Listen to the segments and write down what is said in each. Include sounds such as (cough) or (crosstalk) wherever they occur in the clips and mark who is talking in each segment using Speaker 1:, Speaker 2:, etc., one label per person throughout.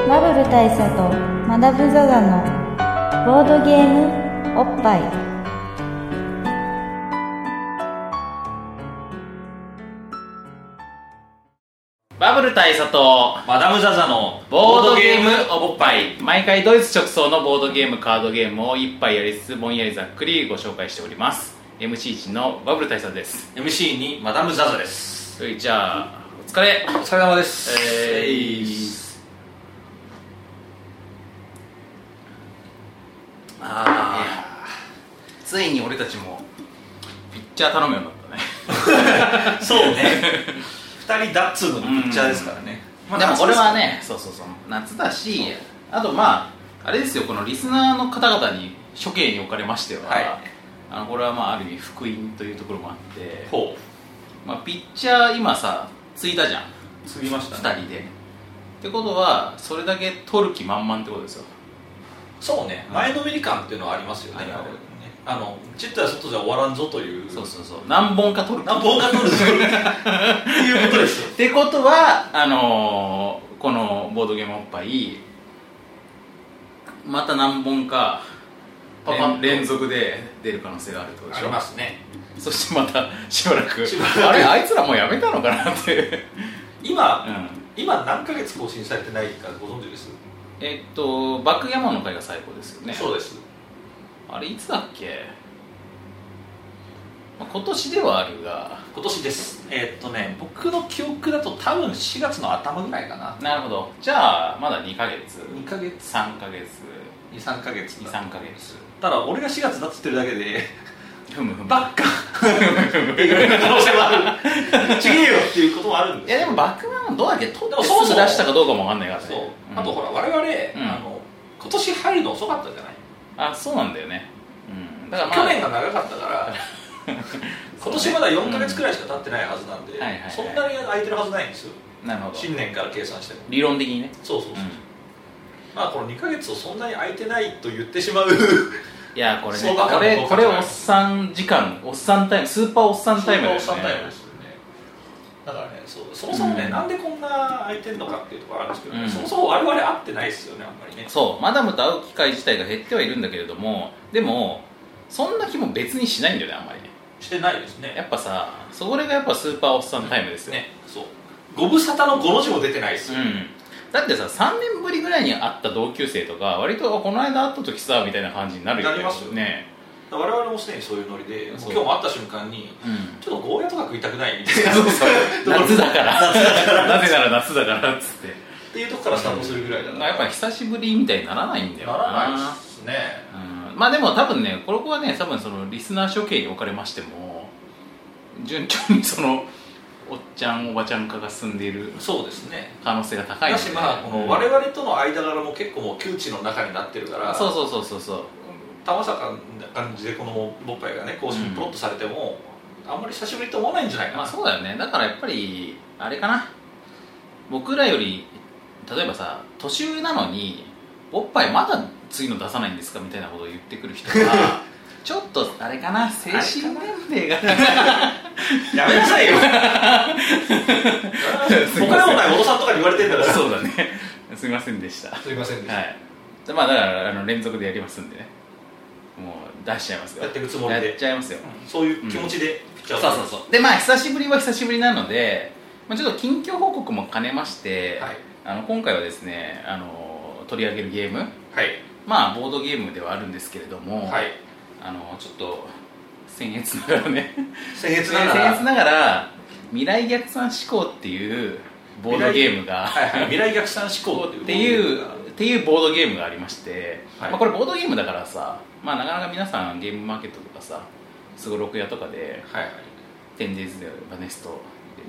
Speaker 1: 大佐とマダム・ザ・ザのボードゲームおっぱい
Speaker 2: バブル大佐と
Speaker 3: マダム・ザ・ザの
Speaker 2: ボードゲームお
Speaker 3: っ
Speaker 2: っぱい毎回ドイツ直送のボードゲームカードゲームを一杯やりつつぼんやりざっくりご紹介しております MC1 のバブル大佐です
Speaker 3: MC にマダム・ザ・ザです
Speaker 2: はいじゃあお疲れ
Speaker 3: お疲れ様です
Speaker 2: えい
Speaker 3: あーついに俺たちも
Speaker 2: ピッチャー頼むようになったね
Speaker 3: (laughs) そうね二人ダッツのピッチャーですからねま
Speaker 2: (laughs)
Speaker 3: あ
Speaker 2: でもこれはね
Speaker 3: 夏
Speaker 2: そうそうそう夏だしあとまああれですよこのリスナーの方々に処刑におかれましては、
Speaker 3: はい
Speaker 2: あのこれはまあある意味福音というところもあって
Speaker 3: です、ほ
Speaker 2: まあ、ピッチャー今さついたじゃん
Speaker 3: う釣りました
Speaker 2: 2人でってことはそれだけ取る気満々ってことですよ
Speaker 3: そうね前のめり感っていうのはありますよね
Speaker 2: はいはい
Speaker 3: やっぱりねあのちっとやそっとじゃ終わらんぞという
Speaker 2: そうそうそう何本か取る気
Speaker 3: 何本か取る (laughs) ぞっていうことですよ
Speaker 2: ってことはあのーこのボードゲームおっぱいまた何本かパパン連続で出る可能性があるってことでしょ
Speaker 3: すね
Speaker 2: そしてまたしばらく
Speaker 3: しばらく
Speaker 2: あれあいつらもうやめたのかなって
Speaker 3: 今、
Speaker 2: うん
Speaker 3: 今何ヶ月更新されてないかご存知です、
Speaker 2: えっとバックヤモンの回が最高ですよね
Speaker 3: そうです
Speaker 2: あれいつだっけ、まあ、今年ではあるが
Speaker 3: 今年ですえーっとね僕の記憶だと多分4月の頭ぐらいかな
Speaker 2: なるほどじゃあまだ2ヶ月
Speaker 3: 2ヶ月
Speaker 2: 3ヶ月
Speaker 3: 23ヶ月だ
Speaker 2: 23ヶ月
Speaker 3: ただ俺が4月だっつってるだけで
Speaker 2: ふむふむ
Speaker 3: バッカっていう可能性もあるちげえよっていうこともあるん
Speaker 2: い
Speaker 3: です
Speaker 2: や
Speaker 3: よ
Speaker 2: でもバックマンどうだっけ取っ
Speaker 3: で
Speaker 2: て
Speaker 3: も
Speaker 2: す
Speaker 3: そも
Speaker 2: ぐ
Speaker 3: そも
Speaker 2: 出したかどうかもわかんないからね
Speaker 3: そう
Speaker 2: うん
Speaker 3: あとほら我々、
Speaker 2: ん
Speaker 3: あの今年入るの遅かったじゃない
Speaker 2: あそうなんだよねうんだからまあ
Speaker 3: 去年が長かったから今年まだ4ヶ月くらいしか経ってないはずなんで、
Speaker 2: うんはいはいはい
Speaker 3: そんなに空いてるはずないんですよ
Speaker 2: なるほど
Speaker 3: 新年から計算しても
Speaker 2: 理論的にね
Speaker 3: そうそうそう、
Speaker 2: うん
Speaker 3: まあこの2ヶ月をそんなに空いてないと言ってしまう
Speaker 2: いやこれ
Speaker 3: そ
Speaker 2: ね
Speaker 3: うか
Speaker 2: これ
Speaker 3: そう
Speaker 2: こ
Speaker 3: か
Speaker 2: れおっさん時間おっさんタイムスーパーおっさんタイムだよね
Speaker 3: そんなおっさんタイムですよねだからねそうそもそもね、
Speaker 2: うん
Speaker 3: なんでこんな空いてんのかっていうところあるんですけど、ね
Speaker 2: うん
Speaker 3: そもそも我々会ってないですよねあんまりね
Speaker 2: そうマダムと会う機会自体が減ってはいるんだけれどもでもそんな気も別にしないんだよねあんまりね
Speaker 3: してないですね
Speaker 2: やっぱさそれがやっぱスーパーおっさんタイムですよ
Speaker 3: ねそうご無沙汰の5の字も出てないです
Speaker 2: う
Speaker 3: よ、
Speaker 2: んだってさ3年ぶりぐらいに会った同級生とか割とあこの間会った時さみたいな感じになるよね
Speaker 3: なりますよ
Speaker 2: ね
Speaker 3: 我々もすでにそういうノリでもう
Speaker 2: そ
Speaker 3: 今
Speaker 2: う
Speaker 3: 日も会った瞬間に
Speaker 2: うん
Speaker 3: ちょっとゴーヤとか食いたくないみたいな
Speaker 2: 夏だから (laughs) なぜなら夏だからっつって
Speaker 3: っていうとこからスタートするぐらいだから、
Speaker 2: やっぱ久しぶりみたいにならないんだよ
Speaker 3: ならないですね
Speaker 2: うんまあでも多分ねこの子はね多分そのリスナー処刑に置かれましても順調にそのおっちゃんおばちゃん化が進んでいる
Speaker 3: そうですね
Speaker 2: 可能性が高い
Speaker 3: だ
Speaker 2: の
Speaker 3: しまあこの我々との間柄も結構もう窮地の中になってるか
Speaker 2: う
Speaker 3: ら
Speaker 2: んそうそうそうそうそう
Speaker 3: たまさかな感じでこの「ボッパイ」がね更
Speaker 2: うん
Speaker 3: 新プロットされても、あんまり久しぶりと思わないんじゃないか
Speaker 2: ま
Speaker 3: な、
Speaker 2: あそうだよねだからやっぱりあれかな僕らより例えばさ年上なのにおっぱいまだ次の出さないんですかみたいなことを言ってくる人がちょっとあれかな精神年齢が
Speaker 3: (laughs) やめなさい
Speaker 2: (laughs)
Speaker 3: よ
Speaker 2: すいません
Speaker 3: 他でもない小野さんとかに言われてんだ (laughs) から
Speaker 2: そうだねすみませんでしたは
Speaker 3: すいませんでした、
Speaker 2: いでまあだからあの連続でやりますんでねもう出しちゃいますよ
Speaker 3: やっていくつもりで
Speaker 2: やっちゃいますよ、
Speaker 3: そういう気持ちでピッチャーを
Speaker 2: そうそうそうでまあ久しぶりは久しぶりなので、まあ、ちょっと近況報告も兼ねまして、
Speaker 3: はい
Speaker 2: あの今回はですねあの取り上げるゲーム
Speaker 3: はい
Speaker 2: まあボードゲームではあるんですけれども、
Speaker 3: はい
Speaker 2: あのちょっと僭越ながらね
Speaker 3: 僭越なが
Speaker 2: (laughs)
Speaker 3: ら
Speaker 2: 僭越ながら未来逆算思考っていうボードゲームが
Speaker 3: はいはい、未来逆算思考
Speaker 2: っていうっていうボードゲームがありまして、
Speaker 3: はい
Speaker 2: まあ、これボードゲームだからさ、まあ、なかなか皆さんゲームマーケットとかさすごろく屋とかで
Speaker 3: はいはい
Speaker 2: テンデイズでバネスト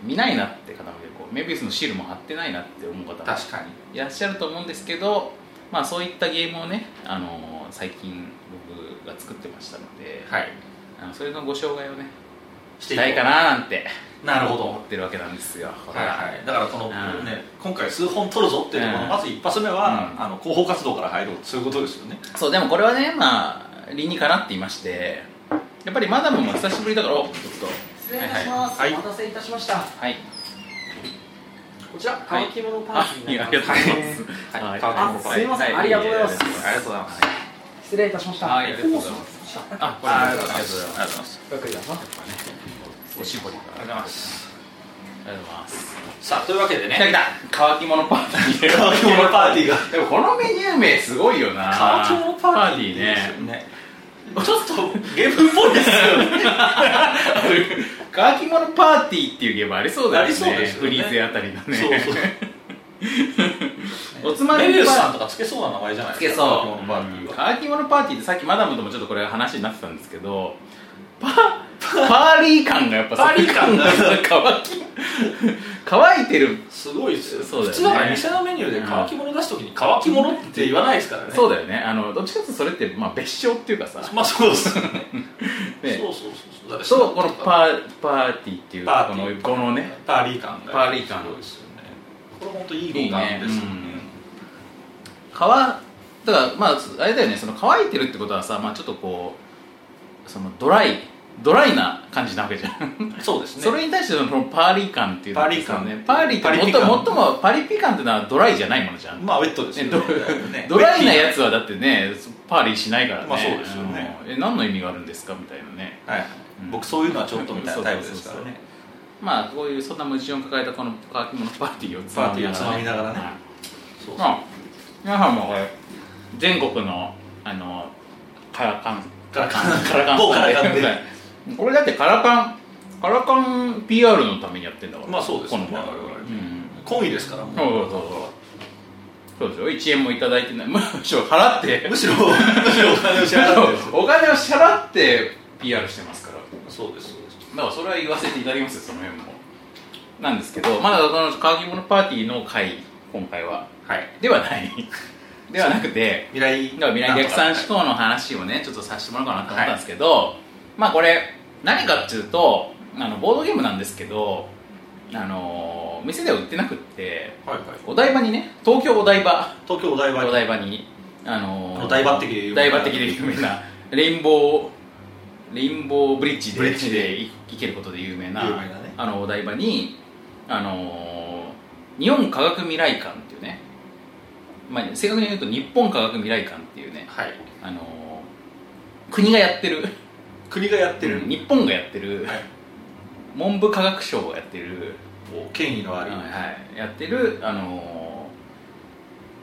Speaker 2: 見ないなって方もいるこうメビウスのシールも貼ってないなって思う方も
Speaker 3: 確かに
Speaker 2: いらっしゃると思うんですけど、まあ、そういったゲームをね、あの最近僕が作ってましたので、
Speaker 3: はい
Speaker 2: あのそれのご紹介をね
Speaker 3: し
Speaker 2: したいかななんて
Speaker 3: なるほど
Speaker 2: 思ってるわけなんですよ
Speaker 3: はいはい、だからこの、
Speaker 2: うん
Speaker 3: ね、今回数本取るぞっていうところ
Speaker 2: うん
Speaker 3: のまず一発目は、
Speaker 2: うん
Speaker 3: あの広報活動から入ろうそういうことですよね
Speaker 2: そうでもこれはねまあ理にかなって言いましてやっぱりマダムも久しぶりだからおちょっと
Speaker 4: 失礼いたします、
Speaker 3: はい
Speaker 4: お待たせいたしました
Speaker 2: はい
Speaker 4: こちら
Speaker 2: はい
Speaker 4: 乾き物パーツになります、
Speaker 2: はいありがとうございますはい
Speaker 3: はい
Speaker 4: あすいませんありがとうございます
Speaker 3: ありがとうございます
Speaker 4: 失礼いたしました
Speaker 2: はいありがとうございます
Speaker 4: す
Speaker 2: あこれ
Speaker 3: あ
Speaker 2: あ
Speaker 3: り
Speaker 2: り
Speaker 3: が
Speaker 2: が
Speaker 3: と
Speaker 2: とう
Speaker 3: うご
Speaker 2: ござ
Speaker 3: ざい
Speaker 2: いますす
Speaker 3: まありがとうございます
Speaker 4: ごゆっくりどうぞ
Speaker 2: おしぼりが
Speaker 3: ありがとうございます
Speaker 2: ありがとうございます
Speaker 3: さあというわけでね
Speaker 2: 来た来た乾き物パーティー
Speaker 3: 乾き物パーティーが
Speaker 2: でもこのメニュー名すごいよな
Speaker 3: 乾き物パーティー
Speaker 2: ね
Speaker 3: ねちょっとゲームっぽいですよね
Speaker 2: (laughs) 乾き物パーティーっていうゲームありそうだよね
Speaker 3: ありそうですよね
Speaker 2: フリーズあたりのね
Speaker 3: そうそう
Speaker 2: おつまみ
Speaker 3: メビウス
Speaker 2: パー
Speaker 3: さんとかつけそうな名前じゃない
Speaker 2: つ
Speaker 3: で
Speaker 2: け
Speaker 3: す
Speaker 2: そ
Speaker 3: か
Speaker 2: う
Speaker 3: 乾き物パー
Speaker 2: 乾き物パーティ
Speaker 3: ティーは
Speaker 2: ーってさっきマダムともちょっとこれ話になってたんですけど
Speaker 3: (laughs)
Speaker 2: パパーリー感がやっぱ
Speaker 3: パーリー感が
Speaker 2: (laughs) 乾き乾いてる
Speaker 3: すごいですよ
Speaker 2: そうだよね
Speaker 3: 普通だから店のメニューで乾き物出すときに乾き物って言わないですからね
Speaker 2: そう
Speaker 3: う
Speaker 2: だよねあのどっちかっていうとそれって、まあ、別称っていうかさ、
Speaker 3: まあそうですよね
Speaker 2: ね
Speaker 3: そうそうそうだって
Speaker 2: そうこのパーパーティーっていう
Speaker 3: パーティー
Speaker 2: このこのね
Speaker 3: パーリー感が
Speaker 2: パーリー感
Speaker 3: すごいですよねこれ本当いい語感ですよね
Speaker 2: 乾だからまああれだよねその乾いてるってことはさ、まあ、ちょっとこうそのドライドライな感じなわけじゃん、
Speaker 3: そうですね
Speaker 2: それに対してのこのパーリー感っていうの
Speaker 3: パーリー感
Speaker 2: ねパーリーって
Speaker 3: パリ
Speaker 2: も
Speaker 3: ピ
Speaker 2: っ
Speaker 3: 感
Speaker 2: ともっともパリピ感っていうのはドライじゃないものじゃん、
Speaker 3: まあウェットですよ
Speaker 2: ね
Speaker 3: ね
Speaker 2: ド
Speaker 3: ね
Speaker 2: ドライなやつはだってねパーリーしないからね、
Speaker 3: まあそうですよね
Speaker 2: うんえ何の意味があるんですかみたいなね
Speaker 3: はい
Speaker 2: うん
Speaker 3: 僕そういうのはちょっとみたいなタイプですからね
Speaker 2: まあこういうそんな矛盾を抱えたこの乾き物パーティーをつまみながら
Speaker 3: パーティーをつまみながら
Speaker 2: はい
Speaker 3: ねそうそう
Speaker 2: まあ、皆さんもこれ全国のあのカラカン
Speaker 3: カラカン
Speaker 2: カラカン
Speaker 3: 某カラカンで
Speaker 2: これだってカラカンカラカン PR のためにやってんだから
Speaker 3: まあそうです
Speaker 2: こ
Speaker 3: よ
Speaker 2: の
Speaker 3: ね
Speaker 2: 場合
Speaker 3: 我々ね
Speaker 2: うん
Speaker 3: 懇意ですから
Speaker 2: そう
Speaker 3: もう
Speaker 2: そうそうそうそうですよ1円もいただいてないむしろ払って
Speaker 3: むしろむしろお金を支払ってる
Speaker 2: お金を支払って PR してますから
Speaker 3: (laughs) そうですそうです
Speaker 2: だからそれは言わせていただきますよその辺もなんですけどまだこの乾き物パーティーの会今回は
Speaker 3: はい
Speaker 2: ではないではなくて
Speaker 3: 未来
Speaker 2: だから未来逆算思
Speaker 3: 考
Speaker 2: 考の話をねちょっとさせてもらおうかなと思ったんですけど、まあこれ何かっていうとあのボードゲームなんですけどあのー店では売ってなくって
Speaker 3: はいはい
Speaker 2: お台場にね東京お台場
Speaker 3: 東京お台場
Speaker 2: お台場にあのー
Speaker 3: お台場的で有名な
Speaker 2: 台場的で有名なレインボーレインボーブリッジで
Speaker 3: ブリッジ
Speaker 2: でい行けることで有名な
Speaker 3: 有名なね
Speaker 2: あのお台場にあのー日本科学未来館っていうね、まあ、正確に言うと日本科学未来館っていうね
Speaker 3: はい
Speaker 2: あのー国がやってる
Speaker 3: 国がやってる、
Speaker 2: 日本がやってる、
Speaker 3: はい
Speaker 2: 文部科学省がやってる、
Speaker 3: こう権威のあ
Speaker 2: はい
Speaker 3: る、
Speaker 2: はいやってるあのー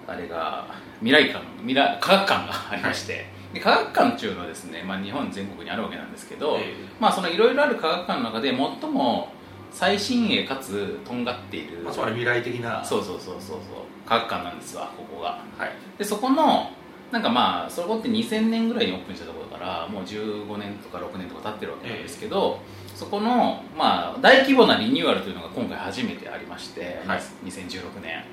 Speaker 2: あれが未来館未来科学館がありまして、で科学館っていうのはですね、まあ、日本全国にあるわけなんですけど、
Speaker 3: え
Speaker 2: まあそのいろいろある科学館の中で最も最新鋭かつとんがっている
Speaker 3: ーまあ、つまり未来的な
Speaker 2: そうそうそうそうそう科学館なんですわここが
Speaker 3: はい
Speaker 2: でそこのなんかまあそこって2000年ぐらいにオープンしたところだからもう15年とか6年とか経ってるわけなんですけど、そこの、まあ、大規模なリニューアルというのが今回初めてありまして、
Speaker 3: はい
Speaker 2: 2016年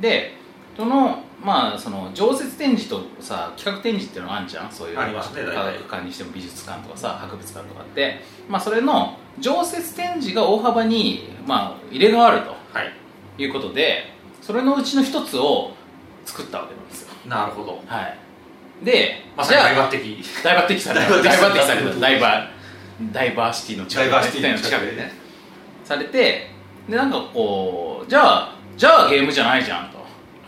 Speaker 2: でそのまあその常設展示とさ企画展示っていうのがあるじゃんそういう
Speaker 3: ありますね
Speaker 2: 科
Speaker 3: 大体
Speaker 2: 学館にしても美術館とかさ博物館とかって、まあ、それの常設展示が大幅に、まあ、入れがある
Speaker 3: はい
Speaker 2: ということでそれのうちの一つを作ったわけなんですよ
Speaker 3: なるほど
Speaker 2: はい、で、
Speaker 3: まさ
Speaker 2: じ
Speaker 3: に
Speaker 2: ゃ
Speaker 3: 大
Speaker 2: あ
Speaker 3: 抜擢
Speaker 2: ダイバー的されたダ
Speaker 3: ダ
Speaker 2: イバ
Speaker 3: イバ
Speaker 2: ー
Speaker 3: ー
Speaker 2: 的
Speaker 3: 的
Speaker 2: さ
Speaker 3: さ
Speaker 2: れ
Speaker 3: れ
Speaker 2: た
Speaker 3: た
Speaker 2: ダイバーダイバーシティの
Speaker 3: ダ
Speaker 2: 力
Speaker 3: イバーシティの近
Speaker 2: 力
Speaker 3: くでね
Speaker 2: されてでなんかこうじゃあじゃあゲームじゃないじゃんと、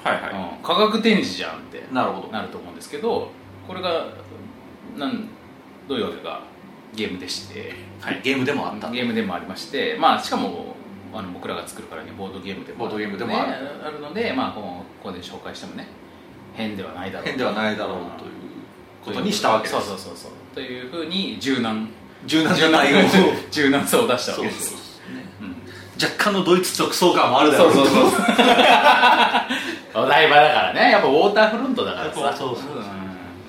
Speaker 3: はい
Speaker 2: うん科学展示じゃんって
Speaker 3: なるほど
Speaker 2: なると思うんですけどこれがなんどういうわけかゲームでして
Speaker 3: はい、ゲームでもあっ
Speaker 2: (laughs)
Speaker 3: た
Speaker 2: ゲームでもありまして、まあ、しかもあの僕らが作るからにはボードゲームでも
Speaker 3: ボードゲームでもある
Speaker 2: ねあるので、まあ、このここで紹介してもね変ではないだろう
Speaker 3: 変ではないだろうということにしたわけです
Speaker 2: そうそうそうそうというふうに柔軟
Speaker 3: 柔軟
Speaker 2: 柔
Speaker 3: な
Speaker 2: 軟
Speaker 3: 対応 (laughs) を
Speaker 2: (laughs) 柔軟さを出したわ
Speaker 3: そ
Speaker 2: け
Speaker 3: うそう
Speaker 2: で
Speaker 3: そ
Speaker 2: すう
Speaker 3: う
Speaker 2: ん
Speaker 3: 若干のドイツ直送感もあるだ
Speaker 2: そ
Speaker 3: ろ
Speaker 2: う
Speaker 3: う
Speaker 2: そう
Speaker 3: と
Speaker 2: そうお台場だからねやっぱウォーターフロントだから
Speaker 3: やっ
Speaker 2: さ
Speaker 3: ぱそうそうそうん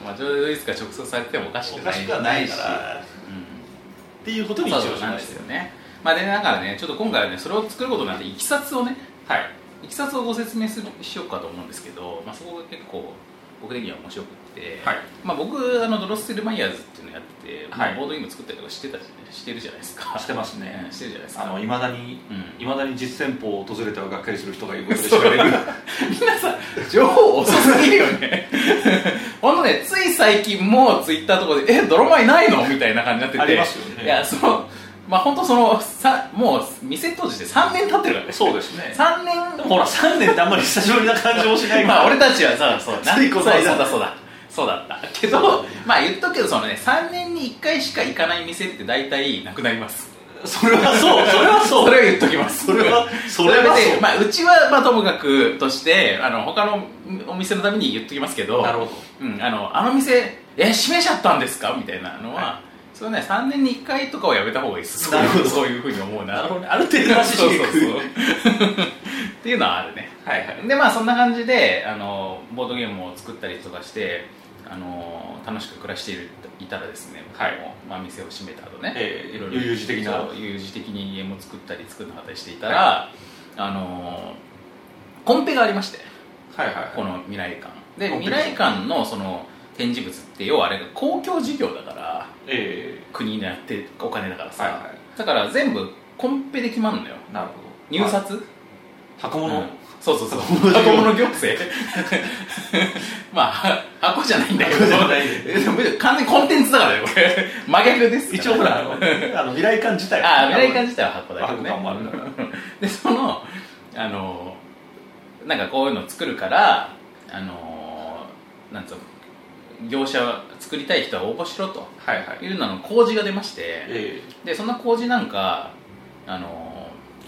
Speaker 2: まあ、ちょうどいつか直送されてもおかし
Speaker 3: お
Speaker 2: くない
Speaker 3: かしくはないから
Speaker 2: うん
Speaker 3: っていうことに一
Speaker 2: そう
Speaker 3: 応
Speaker 2: そう
Speaker 3: し
Speaker 2: なん
Speaker 3: ま
Speaker 2: ですす
Speaker 3: よ
Speaker 2: よねまあでだからねちょっと今回はねそれを作ることになっていきさつをね
Speaker 3: はい
Speaker 2: いきさつをご説明するしようかと思うんですけど、まあ、そこが結構僕的には面白くって、
Speaker 3: はい
Speaker 2: まあ、僕あのドロッセルマイヤーズっていうのやってて、まあ
Speaker 3: はい
Speaker 2: ボードゲーム作ったりとかしてたじゃしてるじゃないですか
Speaker 3: してますね
Speaker 2: うんしてるじゃないです
Speaker 3: あ
Speaker 2: か
Speaker 3: のいまだに
Speaker 2: うん
Speaker 3: いまだに実店舗を訪れてはがっかりする人がいることで知られる
Speaker 2: みんなさ情報遅すぎるよねほんとねつい最近もうツイッターとかで「えドロマイないの?」みたいな感じになってて
Speaker 3: ありますよね
Speaker 2: いやそのまあ本当そのさもう店当時で3年経ってるからね
Speaker 3: そうですね
Speaker 2: 3年
Speaker 3: でもほら3年ってあんまり久しぶりな感じもしないから
Speaker 2: まあ俺たちはさそうな
Speaker 3: ついこの間
Speaker 2: そうだそうだそうだったけどまあ言っとくけどそのね3年に1回しか行かない店って大体なくなります
Speaker 3: それはそうそれはそう
Speaker 2: それは言っときます
Speaker 3: それはそれは
Speaker 2: は
Speaker 3: そう、
Speaker 2: まあ、うちは、まあ、ともかくとしてあの他のお店のために言っときますけど
Speaker 3: なるほど
Speaker 2: うん、あのあの店え閉めちゃったんですかみたいなのは、
Speaker 3: は
Speaker 2: それね3年に1回とかはやめた方がいいです
Speaker 3: なるほど
Speaker 2: そういうふうに思うな
Speaker 3: なるほどねある程度
Speaker 2: そう
Speaker 3: らしい
Speaker 2: そうそうっていうのはあるね
Speaker 3: はいはい
Speaker 2: でまあそんな感じであのボードゲームを作ったりとかしてあの楽しく暮らしているいたらですね、
Speaker 3: はい
Speaker 2: 僕もまあ、店を閉めた後ね、
Speaker 3: ええ
Speaker 2: いろいろ
Speaker 3: 悠々自適な
Speaker 2: そう悠々自適に家も作ったり作るの果たりしていたら、あのコンペがありまして
Speaker 3: はいはいはい
Speaker 2: この未来館で
Speaker 3: コンペ
Speaker 2: 未来館のその展示物って要はあれが公共事業だから
Speaker 3: え
Speaker 2: 国でやってお金だから
Speaker 3: え
Speaker 2: さ、
Speaker 3: はいは
Speaker 2: だから全部コンペで決まるのよ
Speaker 3: いなるほど
Speaker 2: 入札、
Speaker 3: 箱
Speaker 2: う
Speaker 3: 物、
Speaker 2: んそうそう
Speaker 3: (laughs)
Speaker 2: そう
Speaker 3: 箱物
Speaker 2: 箱物行政 (laughs) まあ箱じゃないんだけど
Speaker 3: 箱じゃない
Speaker 2: えでも完全にコンテンツだからよこれ
Speaker 3: (laughs)
Speaker 2: 真逆ですから
Speaker 3: 一応ほ (laughs) らあのあの未来館自体
Speaker 2: あ未来
Speaker 3: 館
Speaker 2: 館自体は箱だけどね
Speaker 3: 箱もあるんだから
Speaker 2: (laughs) でそのあのなんかこういうの作るからあのなんつうの業者は作りたい人は応募しろと
Speaker 3: はいはい
Speaker 2: いうのの工事が出まして
Speaker 3: え
Speaker 2: でそんな工事なんかあの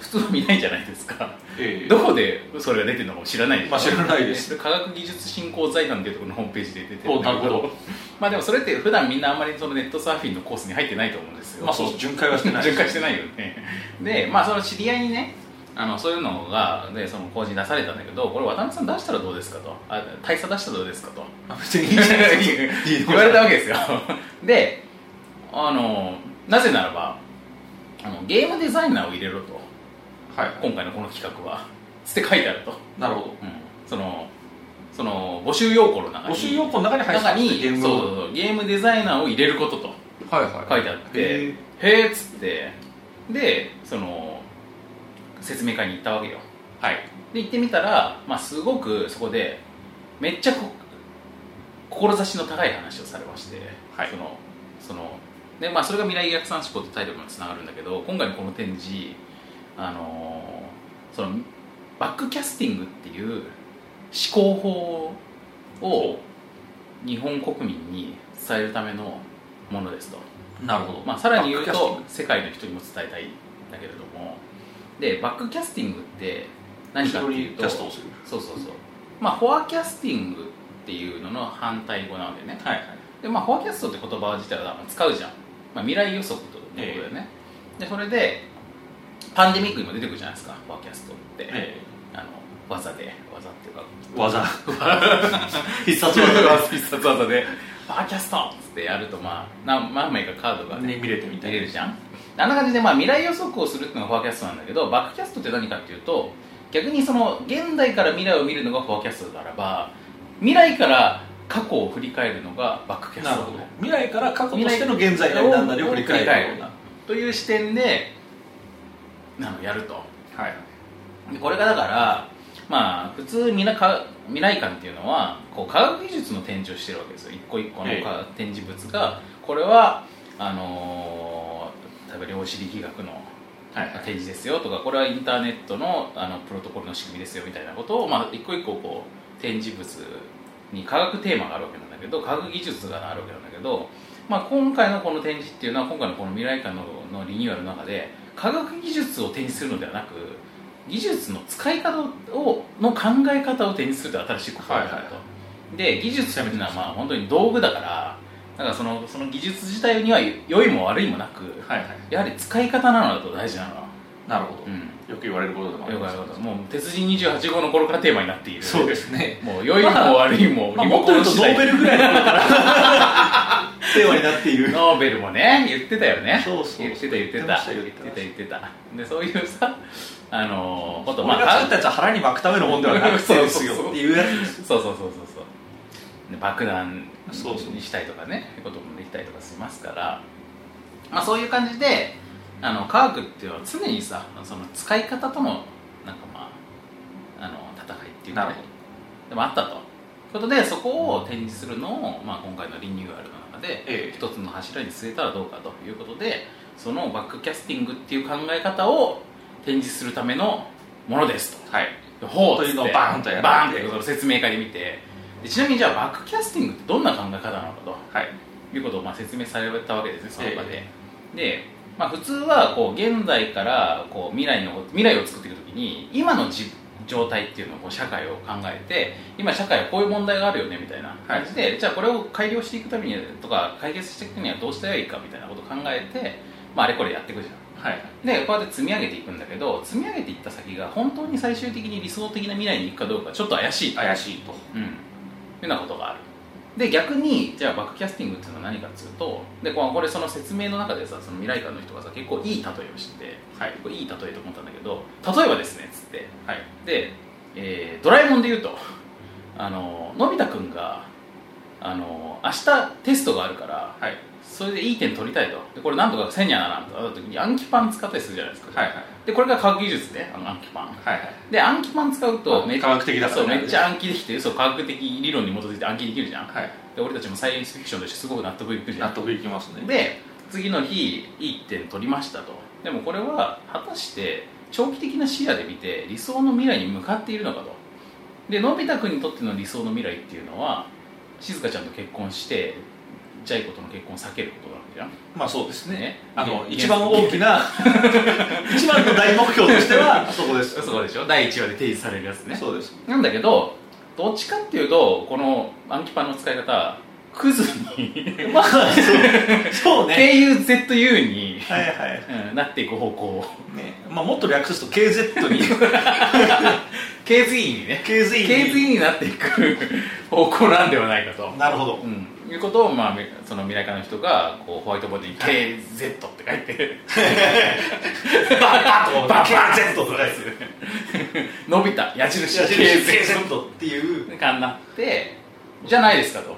Speaker 2: 普通は見ないじゃないですか
Speaker 3: えええ
Speaker 2: どこでそれが出てるのかも知らないでしょ
Speaker 3: まあ知らないです
Speaker 2: で科学技術振興財団っていうところのホームページで出てるんだ
Speaker 3: おな
Speaker 2: け
Speaker 3: るほ
Speaker 2: ど
Speaker 3: ど
Speaker 2: まあでもそれって普段みんなあんまりそのネットサーフィンのコースに入ってないと思うんですよ
Speaker 3: まあそうそう巡回はしてない
Speaker 2: 巡回してないよね (laughs) でまあその知り合いにねあのそういうのがでその工事に出されたんだけどこれ渡辺さん出したらどうですかとあ大佐出したらどうですかと
Speaker 3: まあ別にいいじ
Speaker 2: (laughs)
Speaker 3: ゃないですかいいの
Speaker 2: 言われたわけですよであのなぜならばあのゲームデザイナーを入れろと
Speaker 3: はい
Speaker 2: 今回のこの企画はつって書いてあると、
Speaker 3: なるほど
Speaker 2: うんそのその募集要項の中に
Speaker 3: 募集要項の中に入って
Speaker 2: 中
Speaker 3: たんで
Speaker 2: に
Speaker 3: すね
Speaker 2: そう
Speaker 3: を
Speaker 2: そうそうゲームデザイナーを入れることと
Speaker 3: はいはい
Speaker 2: 書いてあって
Speaker 3: へ
Speaker 2: へえっつってでその説明会に行ったわけよ
Speaker 3: えはい
Speaker 2: で行ってみたら、まあ、すごくそこでめっちゃこ志の高い話をされまして、
Speaker 3: はい
Speaker 2: そのそのでまあ、それが未来逆算思考と体力につながるんだけど今回のこの展示、あのーそのバックキャスティングっていう思考法を日本国民に伝えるためのものですと。
Speaker 3: なるほど
Speaker 2: まあ、さらに言う
Speaker 3: バッ
Speaker 2: と
Speaker 3: クキャスティング
Speaker 2: 世界の人にも伝えたいんだけれどもでバックキャスティングって何かっていうと
Speaker 3: 一人キャストをする
Speaker 2: そうそうそうまあフォアキャスティングっていうのの反対語なわけね
Speaker 3: はいはい
Speaker 2: でまあフォアキャストって言葉自体は使うじゃん、まあ、未来予測とことだよね、でそれでパンデミックにも出てくるじゃないですかフォアキャストって、
Speaker 3: え
Speaker 2: あの技で技っていうか
Speaker 3: え技必殺 (laughs) 技
Speaker 2: (laughs) 必殺技でフォアキャストっつってやるとまあ何何枚かカードがね
Speaker 3: に (laughs) 見れてみた
Speaker 2: 見
Speaker 3: い
Speaker 2: れるじゃんあんな感じで、まあ、未来予測をするっていうのがフォアキャストなんだけどバックキャストって何かっていうと逆にその現代から未来を見るのがフォアキャストならば未来から過去を振り返るのがバックキャスト
Speaker 3: なる
Speaker 2: だ
Speaker 3: ほど未来から過去としての現在なりなんなりを振り返るような
Speaker 2: という視点でなのやると
Speaker 3: はい
Speaker 2: でこれがだからまあ普通みんなか未来館っていうのはこう科学技術の展示をしてるわけですよ一個一個の
Speaker 3: ええ
Speaker 2: か展示物がこれはあのー例えば量子力学の
Speaker 3: はいはい
Speaker 2: 展示ですよとかこれはインターネットのあのプロトコルの仕組みですよみたいなことを、まあ、一個一個こう展示物に科学テーマがあるわけなんだけど科学技術があるわけなんだけど、まあ、今回のこの展示っていうのは今回のこの未来館ののリニューアルの中で科学技術を展示するのではなく技術の使い方をの考え方を展示するという新しいことだと、
Speaker 3: はいはいは
Speaker 2: で技術っていうのはまあ本当に道具だからだからそのその技術自体には良いも悪いもなく、
Speaker 3: はいはい
Speaker 2: やはり使い方なのだと大事なのは
Speaker 3: なるほど、
Speaker 2: うん
Speaker 3: よく言われることでもあり
Speaker 2: よく
Speaker 3: ま
Speaker 2: あ
Speaker 3: す
Speaker 2: ることもう鉄人28号の頃からテーマになっている
Speaker 3: そうですね
Speaker 2: もう良いも悪い (laughs) も、
Speaker 3: まあ
Speaker 2: リモ
Speaker 3: もっ
Speaker 2: コ
Speaker 3: と言
Speaker 2: ン
Speaker 3: うと
Speaker 2: 次
Speaker 3: ノ
Speaker 2: 第
Speaker 3: ーベルぐらいの頃から
Speaker 2: (laughs)
Speaker 3: テーマになってい (laughs) る
Speaker 2: ノーベルもね言ってたよね
Speaker 3: そうそう
Speaker 2: 言ってた言って
Speaker 3: 言ってま
Speaker 2: た
Speaker 3: した
Speaker 2: 言
Speaker 3: よ
Speaker 2: ってた言ってたでそういうさあのーこと
Speaker 3: 俺が
Speaker 2: あ
Speaker 3: 自分たちは腹に巻くためのもんではなくてですよ
Speaker 2: そうそうそう
Speaker 3: っていうやつです
Speaker 2: (laughs) そうそうそうそうそうで爆弾
Speaker 3: そうそう
Speaker 2: にしたりとかねこともできたりとかしますから、まあ、そういう感じであの科学っていうのは常にさその使い方とのなんかまああの戦いっていうか、
Speaker 3: な
Speaker 2: ね
Speaker 3: るほ、
Speaker 2: でもあったとということでそこを展示するのを、まあ、今回のリニューアルの中で
Speaker 3: ええ
Speaker 2: 一つの柱に据えたらどうかということでそのバックキャスティングっていう考え方を展示するためのものですと
Speaker 3: はい
Speaker 2: ほ
Speaker 3: と
Speaker 2: うっ
Speaker 3: い
Speaker 2: つ
Speaker 3: う
Speaker 2: っ
Speaker 3: のを
Speaker 2: て
Speaker 3: バーンとやられて
Speaker 2: バーンってその説明会で見てでちなみにじゃあバックキャスティングってどんな考え方なのかと
Speaker 3: はい
Speaker 2: いうことをまあ説明されたわけですねその場で、で、まあ、普通はこう現在からこう未来の未来を作っていくときに今のじ状態っていうのをこう社会を考えて今社会はこういう問題があるよねみたいな感じで、じゃあこれを改良していくためにとか解決していくにはどうしたらいいかみたいなことを考えて、まあ、あれこれやっていくじゃん
Speaker 3: はい
Speaker 2: でこうやって積み上げていくんだけど積み上げていった先が本当に最終的に理想的な未来に行くかどうかちょっと怪しい、
Speaker 3: 怪しいと
Speaker 2: うん、いうようなことがあるで逆にじゃあバックキャスティングっていうのは何かっていうとでこうこれその説明の中でさその未来観の人がさ結構いい例えをしてて
Speaker 3: はい
Speaker 2: これいい例えと思ったんだけど例えばですねっつって
Speaker 3: はい
Speaker 2: で、えードラえもんで言うとあののび太くんがあの明日テストがあるから
Speaker 3: はい
Speaker 2: それでいい点取りたいとでこれなんとかせにゃならんとあった時に暗記パン使ったりするじゃないですか、
Speaker 3: はいはい
Speaker 2: でこれが科学技術ねあの暗記パン
Speaker 3: はいはい
Speaker 2: で暗記パン使うと
Speaker 3: あ
Speaker 2: めっちゃ
Speaker 3: 科学的だから
Speaker 2: そう
Speaker 3: ね
Speaker 2: めっちゃ暗記できてそう科学的理論に基づいて暗記できるじゃん、
Speaker 3: はい
Speaker 2: で俺たちもサイエンスフィクションとしてすごく納得いくじゃ
Speaker 3: 納
Speaker 2: ん
Speaker 3: 得いきますね
Speaker 2: で次の日1点取りましたとでもこれは果たして長期的な視野で見て理想の未来に向かっているのかとでのび太くんにとっての理想の未来っていうのは静香ちゃんと結婚してジャイ子との結婚を避けることなわけじゃん
Speaker 3: まあそうですね
Speaker 2: ね
Speaker 3: あの
Speaker 2: ね
Speaker 3: 一番大きな一番の大目標としては
Speaker 2: (laughs)
Speaker 3: あそこです
Speaker 2: そうでしょ第1話で提示されるやつね
Speaker 3: そうです
Speaker 2: なんだけどどっちかっていうとこの暗記パンの使い方クズに
Speaker 3: まあそうそうね
Speaker 2: KUZU に、
Speaker 3: はいはい
Speaker 2: うんなっていく方向
Speaker 3: ねまあもっと略すと
Speaker 2: (laughs)
Speaker 3: KZ に
Speaker 2: KZE にね
Speaker 3: KZ に
Speaker 2: KZE になっていく方向なんではないかと、
Speaker 3: なるほど
Speaker 2: うん、いうことを、まあ、みその未来科の人がこうホワイトボードに KZ って書いて
Speaker 3: バカと
Speaker 2: バ
Speaker 3: バ
Speaker 2: カ
Speaker 3: カ Z とかです
Speaker 2: 伸びた矢印 KZ
Speaker 3: KZ っていう
Speaker 2: かになってじゃないですかと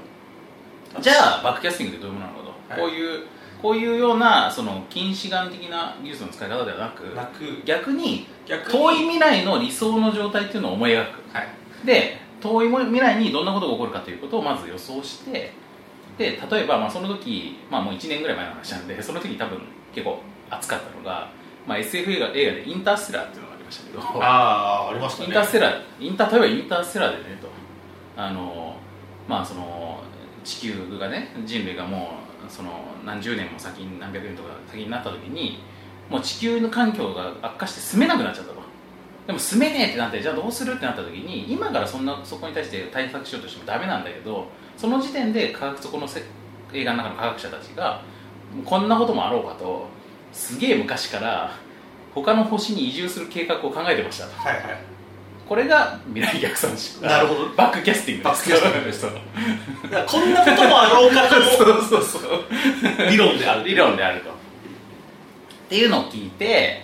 Speaker 2: じゃあバックキャスティングってどういうものなのかと、
Speaker 3: はい
Speaker 2: こういうこういうようなその近視眼的な技術の使い方ではなく
Speaker 3: なく
Speaker 2: 逆に
Speaker 3: 逆に
Speaker 2: 遠い未来の理想の状態っていうのを思い描く
Speaker 3: はい
Speaker 2: で遠い未来にどんなことが起こるかということをまず予想してで例えばまあその時、まあ、もう1年ぐらい前の話なんで (laughs) その時多分結構熱かったのが、まあ、SF 映画映画で「インターステラー」っていうのがありましたけど
Speaker 3: ああありました
Speaker 2: イ
Speaker 3: ね
Speaker 2: ンターステラーインター例えばインターステラーでねとあのまあその地球がね人類がもうその何十年も先に何百年とか先になった時にもう地球の環境が悪化して住めなくなっちゃったとでも住めねえってなってじゃあどうするってなった時に今からそんなそこに対して対策しようとしてもダメなんだけどその時点で科学そこのせ映画の中の科学者たちがもうこんなこともあろうかとすげえ昔から他の星に移住する計画を考えてましたと
Speaker 3: はいはい
Speaker 2: これが未来逆算式
Speaker 3: なるほど
Speaker 2: バックキャスティングです
Speaker 3: バックキャスティング
Speaker 2: そう
Speaker 3: だからこんなこともあろうかと
Speaker 2: そうそうそう
Speaker 3: の理論である
Speaker 2: 理論であるとっていうのを聞いて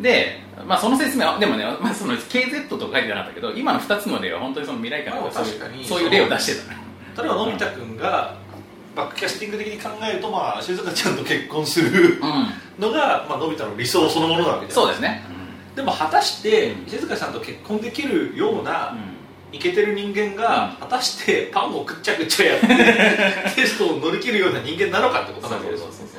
Speaker 2: で、まあ、その説明はでもね、まあ、その KZ とか書いてなかったけど今の2つの例は本当にその未来観
Speaker 3: まあ
Speaker 2: がそういう
Speaker 3: 確かに
Speaker 2: そういう例を出してたの
Speaker 3: 例えばのび太くんがバックキャスティング的に考えるとまあ静香ちゃんと結婚する
Speaker 2: う
Speaker 3: のが、まあのび太の理想そのものなわけ
Speaker 2: ん
Speaker 3: じゃ
Speaker 2: そ
Speaker 3: な
Speaker 2: う
Speaker 3: い
Speaker 2: ですね
Speaker 3: でも果たして
Speaker 2: うん
Speaker 3: 静香ちゃんと結婚できるよう
Speaker 2: うん、
Speaker 3: なイケてる人間が果たしてパンをくっちゃくちゃ
Speaker 2: (laughs)
Speaker 3: やってテストを乗り切るような人間なのかってこと
Speaker 2: そう
Speaker 3: な
Speaker 2: んそう
Speaker 3: で
Speaker 2: そ
Speaker 3: す
Speaker 2: うそ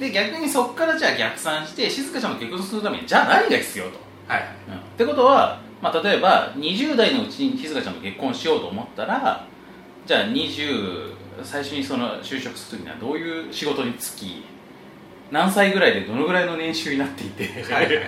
Speaker 2: うで逆にそこからじゃあ逆算して静香ちゃんの結婚するためにじゃあ何が必要と
Speaker 3: はい
Speaker 2: うんってことは、まあ、例えば20代のうちに静香ちゃんと結婚しようと思ったらじゃあ20最初にその就職する時にはどういう仕事に就き何歳ぐらいでどのぐらいの年収になっていて、
Speaker 3: はいはい
Speaker 2: (laughs)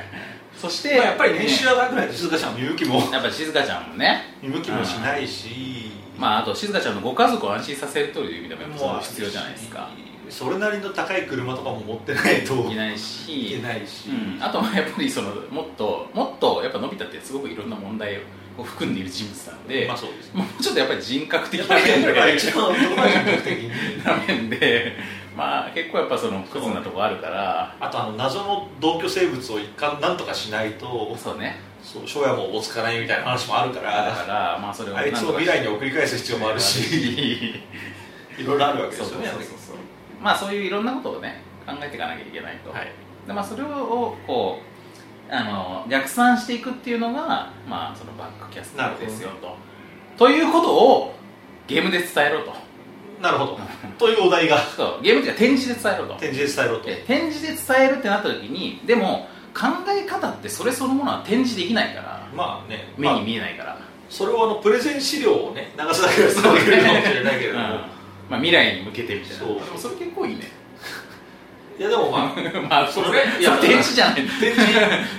Speaker 2: そし
Speaker 3: ま
Speaker 2: て、
Speaker 3: あやっぱり年収上がるぐらいで静香ちゃんの勇気も
Speaker 2: ねやっぱ静香ちゃんもね、
Speaker 3: 見向きもしないし、
Speaker 2: まあ、あと静香ちゃんのご家族を安心させるという意味でもやっぱそ
Speaker 3: も
Speaker 2: の
Speaker 3: う
Speaker 2: 必要じゃないですか
Speaker 3: それなりの高い車とかも持ってないと
Speaker 2: いけ
Speaker 3: い
Speaker 2: ないし
Speaker 3: けないし、
Speaker 2: うん、あとはやっぱりそのもっともっとやっぱのび太ってすごくいろんな問題を含んでいる人物なので、
Speaker 3: まあそうですね
Speaker 2: もうちょっとやっぱり人格的
Speaker 3: やっ
Speaker 2: な
Speaker 3: ぱり
Speaker 2: 面
Speaker 3: やっぱ
Speaker 2: で
Speaker 3: り一番男の人的に
Speaker 2: な面で、まあ、結構やっぱそのクズなとこあるから
Speaker 3: あとあの謎の同居生物を一貫なんとかしないと
Speaker 2: そうね
Speaker 3: そう庄屋もおぼつかないみたいな話もあるか
Speaker 2: だ
Speaker 3: ら
Speaker 2: からまあそれを
Speaker 3: あいつを未来に送り返す必要もあるしいろいろあるわけですよね
Speaker 2: そうそうそうそうまあそういういろんなことをね考えていかなきゃいけないと、
Speaker 3: はい
Speaker 2: でまあ、それをこうあの逆算していくっていうのが、まあ、そのバックキャスティングですよとということをゲームで伝えろと
Speaker 3: なるほどというお題が
Speaker 2: そうゲームっていうか展示で伝えろと
Speaker 3: 展示で伝えろと
Speaker 2: で展示で伝えるってなった時にでも考え方ってそれそのものは展示できないから
Speaker 3: まあね、
Speaker 2: 目
Speaker 3: ま
Speaker 2: に
Speaker 3: あ、
Speaker 2: 見えないから、
Speaker 3: それをあのプレゼン資料をね流すだけで伝わってくれるかもしれないけれども、
Speaker 2: うんまあ、未来に向けてみたいな
Speaker 3: そう
Speaker 2: でもそれ結構いいね (laughs)
Speaker 3: いやでもまあ
Speaker 2: まあそ
Speaker 3: そ
Speaker 2: れ
Speaker 3: れ
Speaker 2: い
Speaker 3: い
Speaker 2: や
Speaker 3: や
Speaker 2: 展示じゃないんだ
Speaker 3: 展示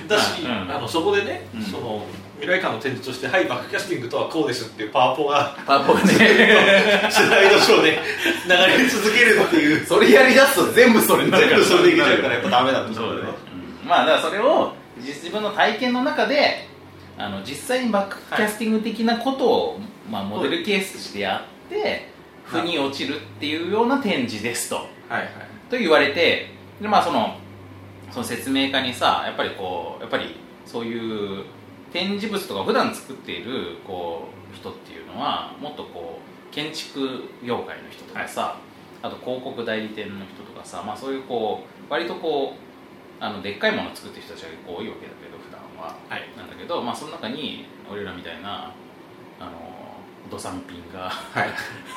Speaker 3: だし、
Speaker 2: うんうん
Speaker 3: あのそこでね、
Speaker 2: うん
Speaker 3: その未来館の展示として「はいバックキャスティングとはこうです」っていうパワポが
Speaker 2: パワポが
Speaker 3: (laughs)
Speaker 2: ね
Speaker 3: スライドショーで流れ続けるっていう
Speaker 2: (laughs) それやりだすと全部それになる
Speaker 3: 全
Speaker 2: から
Speaker 3: 部それできちゃうからやっぱダメだと
Speaker 2: そ
Speaker 3: 思
Speaker 2: う
Speaker 3: う
Speaker 2: だね
Speaker 3: よね、
Speaker 2: うんまあだからそれを実自分の体験の中であの実際にバックキャスティング的なことを、まあ、モデルケースとしてやって
Speaker 3: は
Speaker 2: 腑
Speaker 3: い
Speaker 2: に落ちるっていうような展示ですと
Speaker 3: はいはい
Speaker 2: と言われてでまあそのその説明会にさやっぱりこうやっぱりそういう展示物とか普段作っているこう人っていうのはもっとこう建築業界の人とかさ、あと広告代理店の人とかさ、まあ、そういうこう割とこうあのでっかいものを作ってる人たちが結構多いわけだけど普段は、
Speaker 3: はい
Speaker 2: なんだけど、まあ、その中に俺らみたいなあのド産品が
Speaker 3: はい
Speaker 2: (laughs)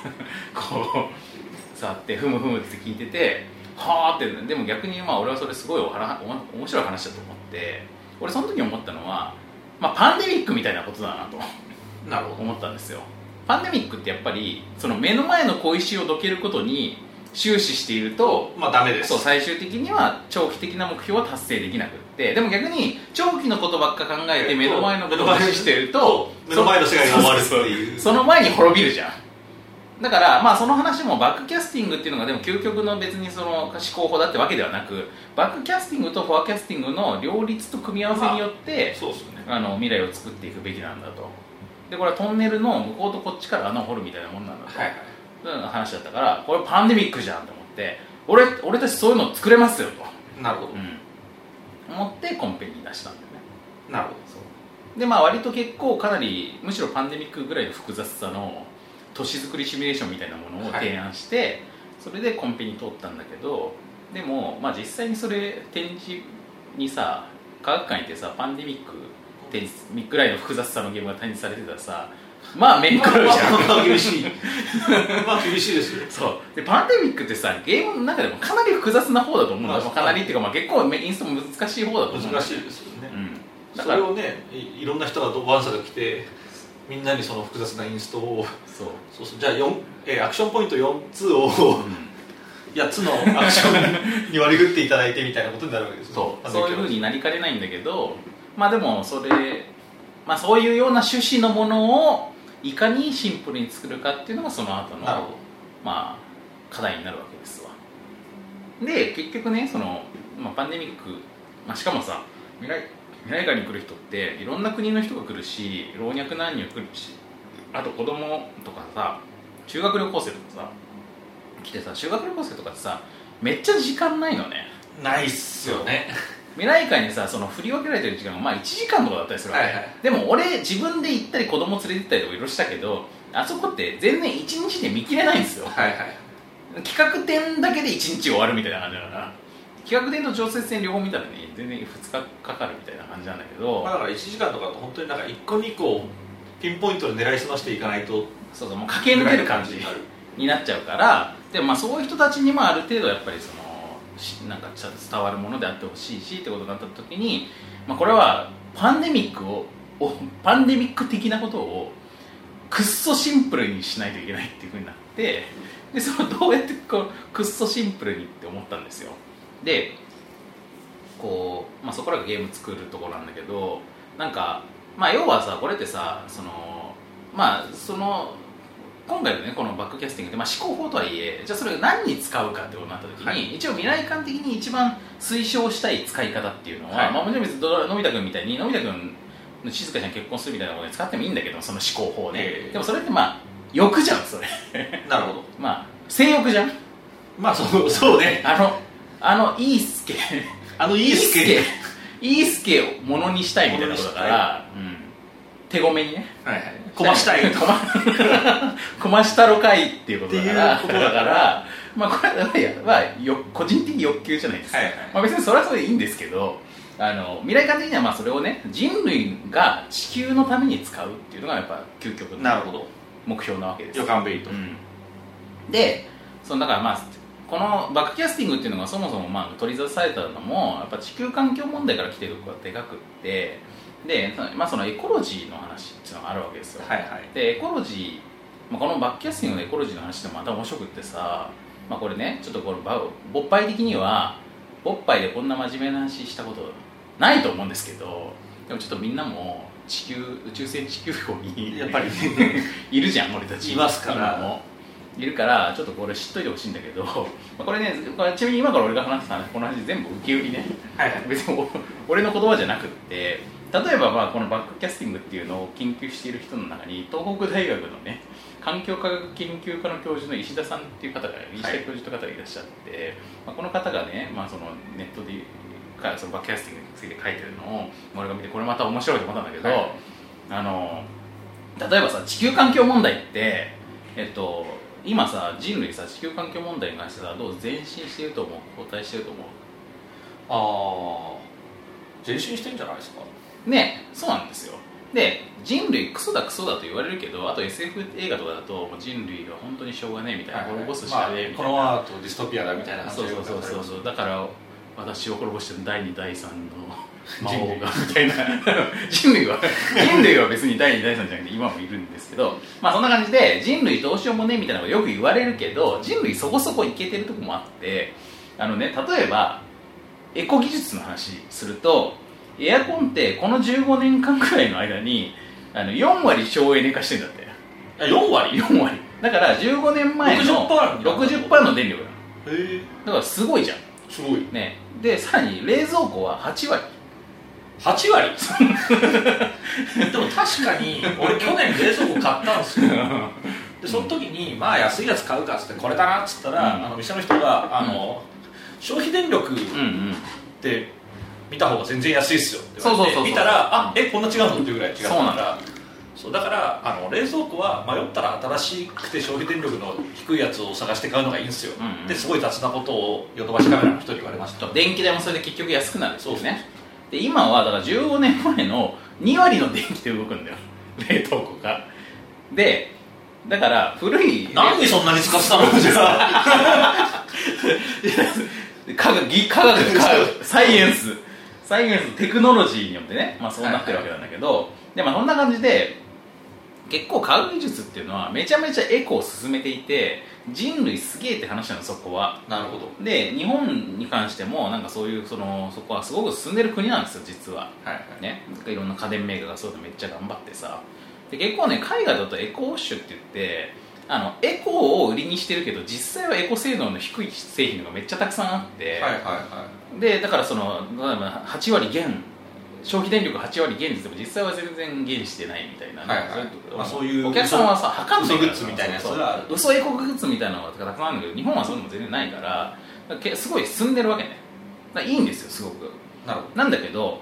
Speaker 2: こう触ってふむふむって聞いててはあってでも逆にまあ俺はそれすごいおはらお面白い話だと思って俺その時思ったのは、まあ、パンデミックみたいなことだなと
Speaker 3: なるほど
Speaker 2: 思ったんですよパンデミックってやっぱりその目の前の小石をどけることに終始していると
Speaker 3: まあダメです
Speaker 2: そう最終的には長期的な目標は達成できなくってでも逆に長期のことばっか考えて目の前のことばっかりしてると
Speaker 3: 目の前の世界が終わるって
Speaker 2: そう
Speaker 3: いう
Speaker 2: その前に滅びるじゃんだからまあその話もバックキャスティングっていうのがでも究極の別にその思考法だってわけではなくバックキャスティングとフォアキャスティングの両立と組み合わせによって、
Speaker 3: そうですよね
Speaker 2: あの未来を作っていくべきなんだとでこれはトンネルの向こうとこっちから穴を掘るみたいなもんなんだと、
Speaker 3: はいはい
Speaker 2: うん話だったからこれパンデミックじゃんと思って俺俺たちそういうの作れますよと、
Speaker 3: なるほど
Speaker 2: うん、思ってコンペに出したんだよね
Speaker 3: なるほ
Speaker 2: でまあ割と結構かなりむしろパンデミックぐらいの複雑さの都市づくりシミュレーションみたいなものを提案して、それでコンペに通ったんだけどでも、まあ、実際にそれ展示にさ科学館行ってさパンデミック展示ぐらいの複雑さのゲームが展示されてたらさまあ面食ら
Speaker 3: ど
Speaker 2: うじゃん
Speaker 3: まあまあ厳しいまあ厳しいですよ
Speaker 2: そうでパンデミックってさゲームの中でもかなり複雑な方だと思うんだ、
Speaker 3: まあ
Speaker 2: まあかなりっていうか、まあ、結構インストも難しい方だと思うんだ
Speaker 3: 難しいですよね
Speaker 2: うん、だ
Speaker 3: そ
Speaker 2: か
Speaker 3: れ
Speaker 2: ら
Speaker 3: をねいいろんな人がドワンサが来てみんなにその複雑なインストを
Speaker 2: そう、
Speaker 3: そうそうじゃあ、四えーアクションポイント4つを8つのアクションに割り振っていただいてみたいなことになるわけですね
Speaker 2: そう
Speaker 3: あの
Speaker 2: そういうふうになりかねないんだけどまあでもそれ、まあ、そういうような趣旨のものをいかにシンプルに作るかっていうのがその後の
Speaker 3: なるほど
Speaker 2: まあ、課題になるわけですわで結局ねその、まあ、パンデミック、まあ、しかもさ未来未来館に来る人っていろんな国の人が来るし老若男女来るしあと子供とかさ修学旅行生とかさ来てさ修学旅行生とかってさめっちゃ時間ないのね
Speaker 3: ないっすよね
Speaker 2: 未来会にさその振り分けられてる時間がまあ1時間とかだったりするわけ、
Speaker 3: はいはい
Speaker 2: でも俺自分で行ったり子供連れてったりとかいろいろしたけどあそこって全然1日で見切れないんですよ
Speaker 3: はいはい
Speaker 2: 企画展だけで1日終わるみたいな感じだから企画展と常設展両方見たらね全然2日かかるみたいな感じなんだけど、
Speaker 3: まあ、だから1時間とかだと本当になんか1個2個ピンポイントで狙いすましていかないと
Speaker 2: そうそうもう駆け抜ける感じ
Speaker 3: になる
Speaker 2: になっちゃうからでもまあそういう人たちにもある程度やっぱりそのしなんかちゃんと伝わるものであってほしいしってことになった時に、まあ、これはパンデミックををパンデミック的なことをくっそシンプルにしないといけないっていうふうになってでそのどうやってこうくっそシンプルにって思ったんですよでこう、まあ、そこらがゲーム作るところなんだけどなんか、まあ、要はさこれってさそのまあその今回のねこのバックキャスティングで、まあ、思考法とはいえじゃあそれが何に使うかってことになった時に、
Speaker 3: はい
Speaker 2: 一応未来観的に一番推奨したい使い方っていうのは、
Speaker 3: はい
Speaker 2: まあ、もちろん別にどのび太くんみたいにのび太くんの静香ちゃん結婚するみたいなことに使ってもいいんだけどその思考法ね、
Speaker 3: ええ
Speaker 2: でもそれってまあ欲じゃんそれ
Speaker 3: なるほど
Speaker 2: まあ性欲じゃん
Speaker 3: まあそう (laughs) そうね
Speaker 2: あのあのいいすけ
Speaker 3: あの (laughs) い
Speaker 2: い
Speaker 3: いっすけ
Speaker 2: いいすけをものにしたいみたいなことだから、うん、手ごめにね
Speaker 3: はい (laughs) はいこましたい
Speaker 2: (laughs) こまこま (laughs) したろかいっていうことだから
Speaker 3: っていうことだから
Speaker 2: らまあこれはいや、まあ、よ個人的欲求じゃないですか、
Speaker 3: はいはい
Speaker 2: まあ、別にそれはそれでいいんですけどあの未来観的にはまあそれをね人類が地球のために使うっていうのがやっぱ究極
Speaker 3: (laughs) な
Speaker 2: の
Speaker 3: るほど
Speaker 2: 目標なわけですよ
Speaker 3: 予感ベイト
Speaker 2: うんでそのだからまあこのバックキャスティングっていうのがそもそもまあ取り沙汰されたのもやっぱ地球環境問題から来てるとこがでかくってで、まあ、そのエコロジーの話っていうのがあるわけですよ、
Speaker 3: はいはい
Speaker 2: でエコロジー、まあ、このバックキャスティングのエコロジーの話ってまた面白くってさ、まあ、これねちょっとこのば勃発的には勃発でこんな真面目な話したことないと思うんですけどでもちょっとみんなも地球宇宙船地球号に
Speaker 3: やっぱり
Speaker 2: (laughs) いるじゃん俺たち
Speaker 3: いますから
Speaker 2: 今もいるからちょっとこれ知っといてほしいんだけどまあこれねこれちなみに今から俺が話した話この話全部受け売りね
Speaker 3: はいはい
Speaker 2: 別にお俺の言葉じゃなくって例えばまあこのバックキャスティングっていうのを研究している人の中に東北大学のね環境科学研究科の教授の石田さんっていう方が石田教授という方がいらっしゃって、まあ、この方がね、まあ、そのネットでかそのバックキャスティングについて書いてるのを俺が見てこれまた面白いと思ったんだけど、
Speaker 3: は
Speaker 2: あの例えばさ地球環境問題ってえっと今さ人類さ地球環境問題に関してさどう前進してると思う後退してると思う
Speaker 3: ああ前進してんじゃないですか
Speaker 2: ねそうなんですよで人類クソだクソだと言われるけどあと SF 映画とかだともう人類が本当にしょうがねえみたいな、滅ぼすしかねえみた
Speaker 3: こ
Speaker 2: いな、
Speaker 3: のままだとディストピアだみたいな話
Speaker 2: そうそうそうそうそうだから私を滅ぼしてる第2第3の魔王がみたいな (laughs) 人類は人類は別に第2第3じゃなくて今もいるんですけどまあそんな感じで人類どうしようもねえみたいなのがよく言われるけど人類そこそこいけてるとこもあってあのね例えばエコ技術の話するとエアコンってこの15年間くらいの間にあの4割省エネ化してんだって
Speaker 3: あ4割
Speaker 2: 4割だから15年前の
Speaker 3: 60%なんだ
Speaker 2: 60%の電力だ
Speaker 3: へえ
Speaker 2: だからすごいじゃん
Speaker 3: すごい
Speaker 2: ねでさらに冷蔵庫は8割
Speaker 3: (laughs) 8割 (laughs) でも確かに俺去年冷蔵庫買ったんですよでその時にまあ安いやつ買うかっつってこれだなっつったら、
Speaker 2: うん
Speaker 3: あの店の人があの、消費電力っ
Speaker 2: うんうん
Speaker 3: て見た方が全然安いっすよって言われ
Speaker 2: そ
Speaker 3: て
Speaker 2: うそうそうそう
Speaker 3: 見たらあえこんな違うのっていうぐらい違ったか
Speaker 2: そうなん
Speaker 3: らそうだからあの冷蔵庫は迷ったら新しくて消費電力の低いやつを探して買うのがいいんですよ、
Speaker 2: うんうん
Speaker 3: ですごい雑なことをヨドバシカメラの人に言われました
Speaker 2: 電気代もそれで結局安くなるんですよ
Speaker 3: そうそう
Speaker 2: ねで今はだから15年前の2割の電気で動くん
Speaker 3: (laughs)
Speaker 2: だよ冷凍庫がでだから古い
Speaker 3: なんでそんなに使ってたのじゃあ
Speaker 2: (laughs) 科学技科学科
Speaker 3: (laughs)
Speaker 2: 学サイエンスサイエンステクノロジーによってね、まあ、そうなってるわけなんだけど、でまあ、そんな感じで結構科学技術っていうのはめちゃめちゃエコを進めていて人類すげえって話なのそこは
Speaker 3: (laughs) なるほど
Speaker 2: で日本に関してもなんかそういうそのそこはすごく進んでる国なんですよ実は
Speaker 3: はいはい
Speaker 2: ねなんかいろんな家電メーカーがそういうのめっちゃ頑張ってさで結構ね海外だとエコウォッシュって言ってあのエコを売りにしてるけど実際はエコ性能の低い製品がめっちゃたくさんあって、
Speaker 3: はいはいはい
Speaker 2: でだからその例えば8割減消費電力8割減率でも実際は全然減してないみたいな、
Speaker 3: はいはい
Speaker 2: れ
Speaker 3: まあそういう
Speaker 2: お客さんはさ
Speaker 3: 嘘
Speaker 2: 測んないから
Speaker 3: 嘘グッズみたいなやつ
Speaker 2: そう
Speaker 3: がある
Speaker 2: 嘘エコグッズみたいなのがたくさんあるんだけど日本はそういうのも全然ないからだからけすごい進んでるわけねだからいいんですよすごく
Speaker 3: なるほ
Speaker 2: なんだけど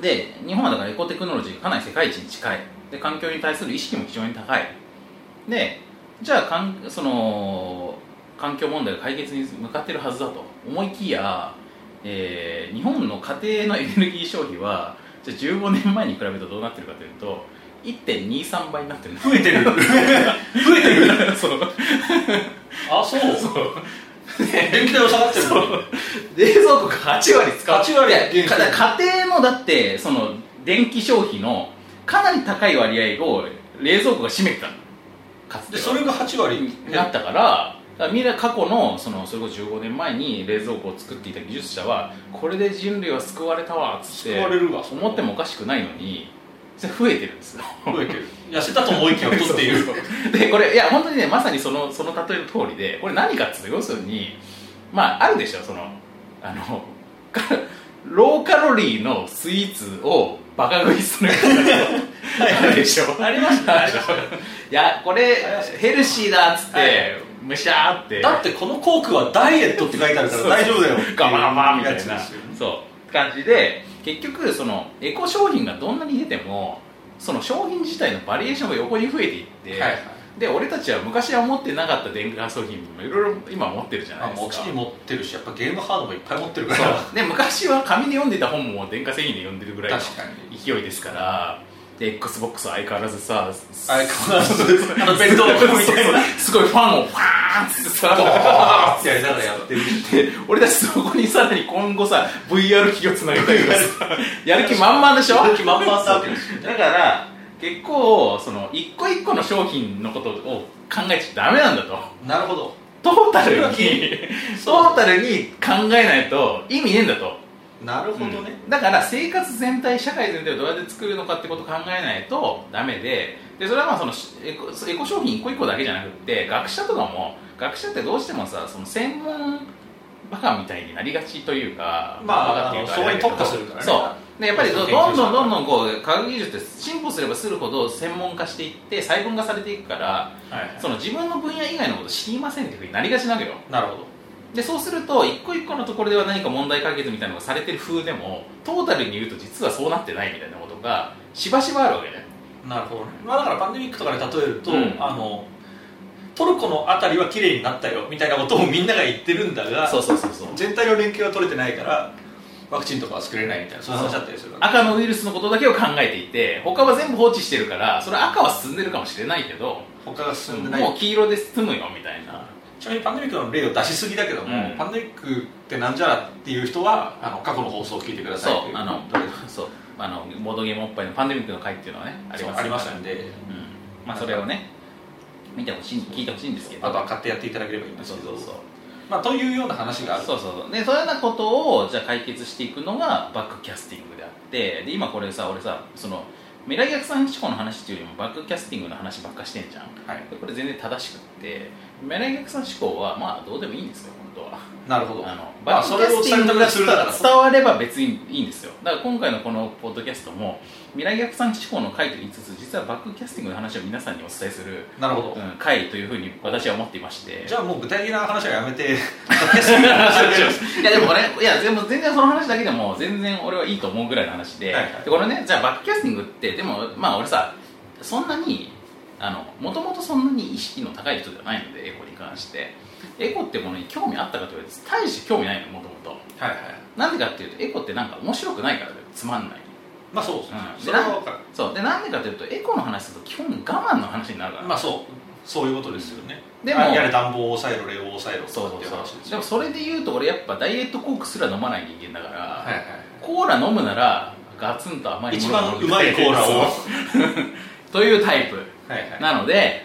Speaker 2: で日本はだからエコテクノロジーがかなり世界一に近いで環境に対する意識も非常に高いでじゃあかんその環境問題が解決に向かってるはずだと思いきや、えー日本の家庭のエネルギー消費はじゃあ15年前に比べるとどうなってるかというと1.23倍になってる増えてる増えて (laughs) るそう
Speaker 3: あそう (laughs) 電気代を下がってるのに
Speaker 2: 冷蔵庫が8割使って
Speaker 3: 8割
Speaker 2: いやか家庭のだってその電気消費のかなり高い割合を冷蔵庫が占めてたのかつて
Speaker 3: で
Speaker 2: は
Speaker 3: それが8割
Speaker 2: になったからだからみんな過去のそのそれこそ15年前に冷蔵庫を作っていた技術者はこれで人類は救われたわっつって
Speaker 3: 救われるわ
Speaker 2: 思ってもおかしくないのにそれ増えてるんですよ
Speaker 3: 増えてる痩せたと思いきや太って (laughs) いる
Speaker 2: そうそうでこれいや本当にねまさにそのその例えの通りでこれ何かっつうと要するにまああるでしょそのあの (laughs) かローカロリーのスイーツをバカ食いするあるでしょ
Speaker 3: (laughs) ありましたねありまし
Speaker 2: (laughs) いやこれ
Speaker 3: あります
Speaker 2: ヘルシーだっつって、
Speaker 3: はい
Speaker 2: むしゃーって
Speaker 3: だってこのコークはダイエットって書いてあるから大丈夫だよ (laughs)
Speaker 2: ガバガバみたい
Speaker 3: やつ
Speaker 2: な、
Speaker 3: ですよね
Speaker 2: そう感じで結局そのエコ商品がどんなに出てもその商品自体のバリエーションが横に増えていって、
Speaker 3: はいはい
Speaker 2: で俺たちは昔は持ってなかった電化商品もいろいろ今持ってるじゃ
Speaker 3: ま
Speaker 2: ない
Speaker 3: あ
Speaker 2: です
Speaker 3: 持
Speaker 2: か
Speaker 3: ちに持ってるしやっぱゲームハードもいっぱい持ってるか
Speaker 2: そ
Speaker 3: ら
Speaker 2: うで昔は紙で読んでた本も電化製品で読んでるぐらいの
Speaker 3: 確かに
Speaker 2: 勢いですからで XBOX は相変わらずさす
Speaker 3: あれ変わらずあの弁当
Speaker 2: (laughs)
Speaker 3: 箱みたいな
Speaker 2: すごいファンをファーンって
Speaker 3: (laughs)
Speaker 2: さ
Speaker 3: バーってやりながらやってる
Speaker 2: で俺たちそこにさらに今後さ VR 企業つなげたりとかさ (laughs) やる気満々でしょ
Speaker 3: やる気満々さ
Speaker 2: だから結構その一個一個の商品のことを考えちゃダメなんだと
Speaker 3: なるほど
Speaker 2: トータ (laughs) ルにトータルに考えないと意味ねえんだと
Speaker 3: なるほどね、
Speaker 2: うんだから生活全体社会全体をどうやって作るのかってことを考えないとダメででそれはまあそのしエコエコ商品一個一個だけじゃなくって学者とかも学者ってどうしてもさその専門バカみたいになりがちというか
Speaker 3: まあ
Speaker 2: バカっていうと
Speaker 3: そこに
Speaker 2: れだけど
Speaker 3: 特化するからね
Speaker 2: そうでやっぱりど
Speaker 3: 研究者
Speaker 2: どんどんどんどんこう科学技術って進歩すればするほど専門化していって細分化されていくから
Speaker 3: はい
Speaker 2: その自分の分野以外のこと知りませんっていうふうになりがちなわけよ
Speaker 3: なるほど
Speaker 2: でそうすると一個一個のところでは何か問題解決みたいなのがされてる風でもトータルに言うと実はそうなってないみたいなことがしばしばあるわけね
Speaker 3: なるほどね、まあ、だからパンデミックとかで例えると、
Speaker 2: うん
Speaker 3: あのトルコの辺りは綺麗になったよみたいなことをみんなが言ってるんだが
Speaker 2: そうそうそうそう
Speaker 3: 全体の連携は取れてないからワクチンとかは作れないみたいなそういう話だったりする
Speaker 2: 赤のウイルスのことだけを考えていて他は全部放置してるからそれ赤は進んでるかもしれないけど
Speaker 3: 他が進んでない
Speaker 2: もう黄色で進むよみたいな
Speaker 3: ちなみにパンデミックの例を出しすぎだけども、
Speaker 2: うん
Speaker 3: パンデミックってなんじゃらっていう人はあの過去の放送を聞いてくださ
Speaker 2: そ
Speaker 3: いうとい
Speaker 2: あのそうあのボードゲームおっぱいのパンデミックの回っていうのはねあり
Speaker 3: そう
Speaker 2: ます
Speaker 3: ありましたんで
Speaker 2: うんまあそれをね見てほしい聞いてほしいんですけど
Speaker 3: あとは買ってやっていただければいいんです
Speaker 2: そう
Speaker 3: け
Speaker 2: そ
Speaker 3: ど
Speaker 2: うそう
Speaker 3: まあ、というような話がある
Speaker 2: そうそうそうでそういうようなことをじゃあ解決していくのがバックキャスティングであってで今これさ俺さその未来逆算思考の話っていうよりもバックキャスティングの話ばっかしてんじゃん
Speaker 3: はい、
Speaker 2: でこれ全然正しくって未来逆算思考はまあどうでもいいんですよ本当は
Speaker 3: なるほど
Speaker 2: あの
Speaker 3: ま
Speaker 2: バッ
Speaker 3: あ
Speaker 2: クキャスティングが
Speaker 3: それを伝えるためにするだから
Speaker 2: 伝われば別にいいんですよだから今回のこのポッドキャストも未来逆算思考の回と言いつつ実はバックキャスティングの話を皆さんにお伝えする、
Speaker 3: なるほど、
Speaker 2: うん、回というふうに私は思っていまして
Speaker 3: じゃあもう具体的な話はや
Speaker 2: (laughs)
Speaker 3: めて podcast の話をやります
Speaker 2: いやでも俺いやでも全然その話だけでも全然俺はいいと思うぐらいの話で,、
Speaker 3: はいはい
Speaker 2: でこれねじゃあバックキャスティングってでもまあ俺さそんなにもともとそんなに意識の高い人じゃないのでエコに関してエコってものに興味あったかと言われて大して興味ないのもともと
Speaker 3: はいはい
Speaker 2: なんでかっていうとエコってなんか面白くないからだよつまんない
Speaker 3: まあそうですね、
Speaker 2: うん
Speaker 3: それは分かる
Speaker 2: そうでなんでかというとエコの話すると基本我慢の話になるから、
Speaker 3: まあそうそういうことですよね、
Speaker 2: でも
Speaker 3: あやれ暖房を抑えろ冷房を抑えろ
Speaker 2: そう
Speaker 3: と
Speaker 2: そう
Speaker 3: かっていう話
Speaker 2: そ
Speaker 3: で
Speaker 2: うで
Speaker 3: すよ
Speaker 2: もそれで言うと俺やっぱダイエットコークすら飲まない人間だから、
Speaker 3: はいはい
Speaker 2: コーラ飲むならガツンと甘い
Speaker 3: 一
Speaker 2: もの
Speaker 3: 番
Speaker 2: を飲
Speaker 3: う
Speaker 2: みた
Speaker 3: まいコーラを
Speaker 2: そうというタイプ
Speaker 3: はいはい
Speaker 2: なので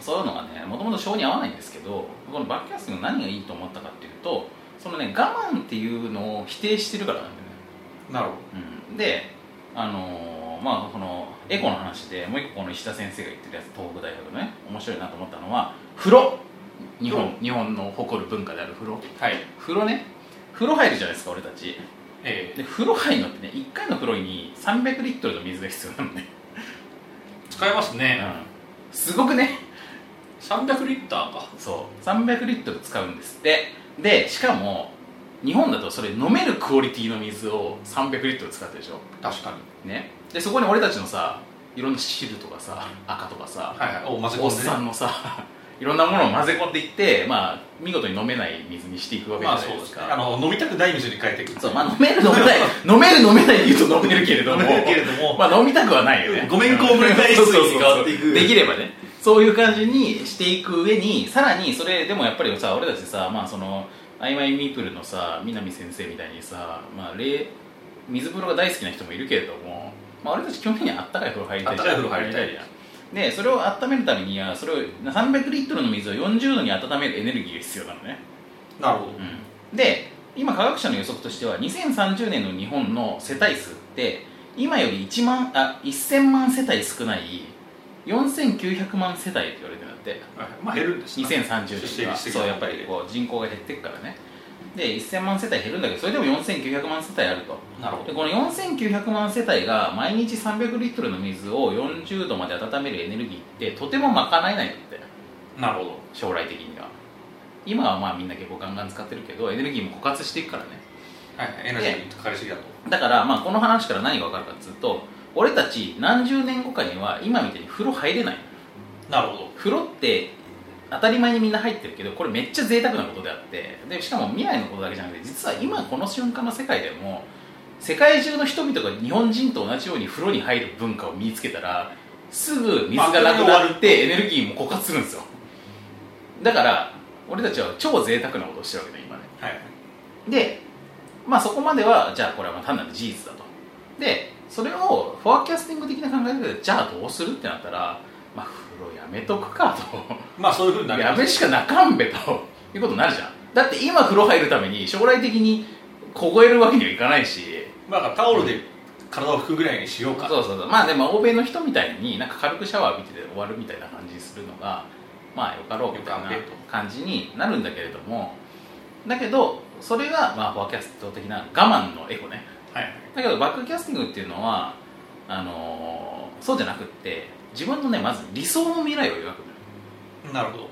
Speaker 2: そういうのがねもともと性に合わないんですけどこのバックキャスティングの何がいいと思ったかっていうとそのね我慢っていうのを否定してるからなんだよね
Speaker 3: なるほ
Speaker 2: うん、であのーまあこのエコの話でもう一個この石田先生が言ってるやつ東北大学のね面白いなと思ったのは風呂日本日本の誇る文化である風呂
Speaker 3: どはい
Speaker 2: 風呂ね風呂入るじゃないですか俺たち
Speaker 3: ええ
Speaker 2: で風呂入るのってね1回の風呂に300リットルの水が必要なのね、
Speaker 3: 使えますね、
Speaker 2: すごくね
Speaker 3: 300リッターか
Speaker 2: そう300リットル使うんですってでしかも日本だとそれ飲めるクオリティの水を300リットル使ってるでしょ
Speaker 3: 確かに
Speaker 2: ねでそこに俺たちのさいろんな汁とかさ赤とかさ
Speaker 3: はいはいお混ぜ
Speaker 2: おっ
Speaker 3: 込んで
Speaker 2: さ
Speaker 3: ね
Speaker 2: んのさいろんなものを混ぜ込んでいってまあ見事に飲めない水にしていくわけじ
Speaker 3: ま
Speaker 2: ゃ
Speaker 3: あ
Speaker 2: ない
Speaker 3: そう
Speaker 2: で
Speaker 3: ですす
Speaker 2: か、
Speaker 3: ねあの飲みたくない水に変えていく
Speaker 2: そうまあ飲める飲めない飲める飲めないで言うと飲めるけれども
Speaker 3: 飲めるけれども
Speaker 2: まあ飲みたくはないよね
Speaker 3: ごめんこうむれない水に変わっていく
Speaker 2: そうそうそうできればねそういう感じにしていく上にさらにそれでもやっぱりさ俺たちさまあそのアイマイミープルのさ南先生みたいにさまあ冷水風呂が大好きな人もいるけれども、まあ、俺たち基本的にあったかい風呂入りたいじゃん
Speaker 3: あったかい風呂入りたい
Speaker 2: じゃんでそれを温めるためにはそれを300リットルの水を40度に温めるエネルギーが必要なのね
Speaker 3: (laughs) なるほど、
Speaker 2: で今科学者の予測としては2030年の日本の世帯数って今より1万あ1000万世帯少ない4900万世帯って言われてるんだって
Speaker 3: はいまあ減るんです
Speaker 2: 2030
Speaker 3: ね
Speaker 2: 年には
Speaker 3: 出席してきた
Speaker 2: そうやっぱりこう人口が減っていくからねで1000万世帯減るんだけどそれでも4900万世帯あると
Speaker 3: なるほ
Speaker 2: で
Speaker 3: ど
Speaker 2: この4900万世帯が毎日300リットルの水を40度まで温めるエネルギーってとても賄えないんだって
Speaker 3: なるほど
Speaker 2: 将来的には今はまあみんな結構ガンガン使ってるけどエネルギーも枯渇していくからね
Speaker 3: はいはいエナジーにかかりすぎだと
Speaker 2: だからまあこの話から何が分かるかっつうと俺たち何十年後かには今みたいに風呂入れない
Speaker 3: なるほど
Speaker 2: 風呂って当たり前にみんな入ってるけどこれめっちゃ贅沢なことであってでしかも未来のことだけじゃなくて実は今この瞬間の世界でも世界中の人々が日本人と同じように風呂に入る文化を身につけたらすぐ水がなくなってエネルギーも枯渇するんですよだから俺たちは超贅沢なことをしてるわけだ今ね
Speaker 3: はい
Speaker 2: でまあそこまではじゃあこれはまあ単なる事実だとでそれをフォアキャスティング的な考え方でじゃあどうするってなったらまあ風呂やめとくかと
Speaker 3: まあそういうふうになり
Speaker 2: や
Speaker 3: ます
Speaker 2: めしかなかんべということになるじゃんだって今風呂入るために将来的に凍えるわけにはいかないし
Speaker 3: まあタオルで体を拭くぐらいにしよう
Speaker 2: そ
Speaker 3: か
Speaker 2: うそうそうまあでも欧米の人みたいになんか軽くシャワー浴びて終わるみたいな感じにするのがまあよかろうみたいな
Speaker 3: よかんべと
Speaker 2: 感じになるんだけれどもだけどそれがまあフォアキャスト的な我慢のエゴね
Speaker 3: はい
Speaker 2: だけどバックキャスティングっていうのはあのーそうじゃなくって自分のねまず理想の未来を描くのよ
Speaker 3: なるほど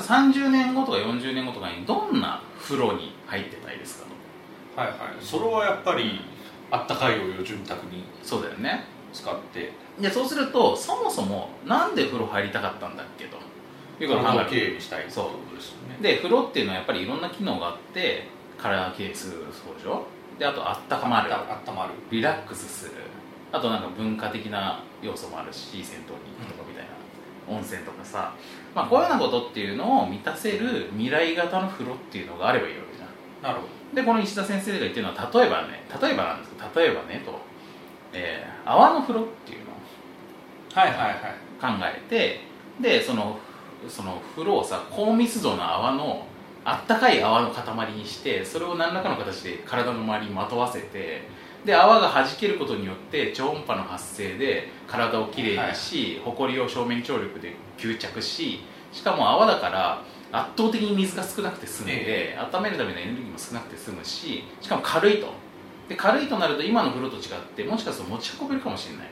Speaker 2: だから30年後とか40年後とかにどんな風呂に入ってたいですかと
Speaker 3: はいはいそれはやっぱりあったかいお湯を潤沢に
Speaker 2: そうだよね
Speaker 3: 使って
Speaker 2: でそうするとそもそもなんで風呂入りたかったんだっけということに
Speaker 3: 体
Speaker 2: な
Speaker 3: を
Speaker 2: る
Speaker 3: きれいにしたい
Speaker 2: そう
Speaker 3: ってことですよね
Speaker 2: で風呂っていうのはやっぱりいろんな機能があって体をきれいにするそうでしょであとあったかまる
Speaker 3: あったあったまる
Speaker 2: リラックスするあとなんか文化的な要素もあるし銭湯に行くとかみたいな、温泉とかさ、まあ、こういうようなことっていうのを満たせる未来型の風呂っていうのがあればいいわけじゃん
Speaker 3: なるほ
Speaker 2: でこの石田先生が言ってるのは例えばね例えばなんですけど例えばねと、えー泡の風呂っていうのを
Speaker 3: どはいはいはい
Speaker 2: 考えてでそのその風呂をさ高密度の泡のあったかい泡の塊にしてそれを何らかの形で体の周りにまとわせてで泡が弾けることによって超音波の発生で体をきれいにし、ホコリを正面張力で吸着ししかも泡だから圧倒的に水が少なくて済んで、温めるためのエネルギーも少なくて済むししかも軽いとで軽いとなると今の風呂と違ってもしかすると持ち運べるかもしれない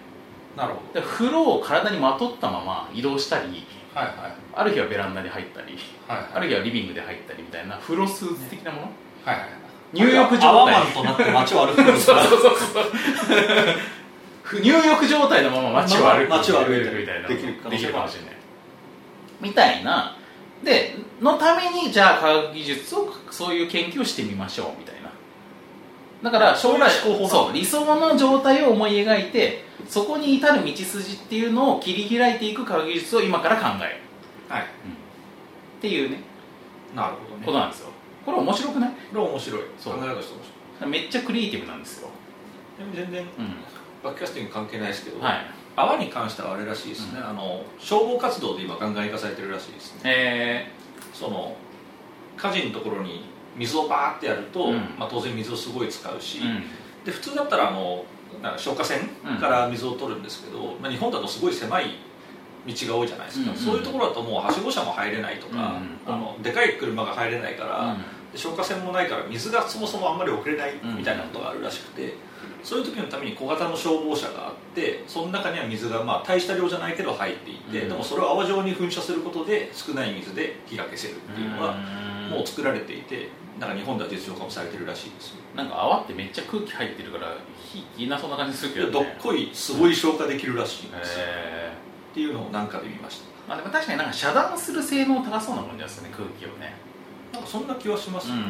Speaker 3: なるほ
Speaker 2: で風呂を体にまとったまま移動したり
Speaker 3: どはいはい
Speaker 2: ある日はベランダに入ったり
Speaker 3: はい
Speaker 2: ある日はリビングで入ったりみたいな風呂スーツ的なもの、
Speaker 3: はいはい
Speaker 2: 入浴
Speaker 3: ア
Speaker 2: 状
Speaker 3: ワマ
Speaker 2: 態
Speaker 3: ンとなって街を歩くんです
Speaker 2: そう
Speaker 3: か
Speaker 2: そうそうそう入浴状態のまま街を歩く
Speaker 3: 街を歩いたり
Speaker 2: みたいな
Speaker 3: できる可能性もある
Speaker 2: できるかもしれないみたいなでのためにじゃあ科学技術をそういう研究をしてみましょうみたいなだから将来
Speaker 3: そういう思考法
Speaker 2: そう理想の状態を思い描いてそこに至る道筋っていうのを切り開いていく科学技術を今から考える
Speaker 3: はい
Speaker 2: っていうね
Speaker 3: なる
Speaker 2: こと
Speaker 3: ほどね
Speaker 2: なんですよこれ面白くない
Speaker 3: これ面白い
Speaker 2: そう
Speaker 3: 考え方して面
Speaker 2: めっちゃクリエイティブなんですよ
Speaker 3: 白いでも全然
Speaker 2: うん
Speaker 3: バックキャスティング関係ないですけど、
Speaker 2: はい
Speaker 3: 泡に関してはあれらしいですね、あの消防活動で今ガンガン生かされてるらしいですね
Speaker 2: え
Speaker 3: その火事のところに水をバーってやると、
Speaker 2: うん
Speaker 3: まあ、当然水をすごい使うし、
Speaker 2: ー、うん
Speaker 3: で普通だったらあのなんか消火栓
Speaker 2: うん
Speaker 3: から水を取るんですけど、まあ、日本だとすごい狭い道が多いじゃないですか、
Speaker 2: うんうん
Speaker 3: そういうところだともうはしご車も入れないとか、
Speaker 2: うんうん
Speaker 3: あのでかい車が入れないから、
Speaker 2: う
Speaker 3: で消火栓もないから水がそもそもあんまり送れないみたいなことがあるらしくて、そういう時のために小型の消防車があってその中には水がまあ大した量じゃないけど入っていて、
Speaker 2: うん
Speaker 3: でもそれを泡状に噴射することで少ない水で火が消せるっていうのが
Speaker 2: ん
Speaker 3: もう作られていてなんか日本では実用化もされてるらしいですよ
Speaker 2: なんか泡ってめっちゃ空気入ってるから火消えなそうな感じするけ
Speaker 3: で
Speaker 2: ど、ね、
Speaker 3: どっこいすごい消化できるらしいんですよ、
Speaker 2: え
Speaker 3: っていうのをなんかで見まし
Speaker 2: ーまあでも確かになんか遮断する性能高そうなもんじゃないですかね空気をね
Speaker 3: たなんかそんな気はします、
Speaker 2: ん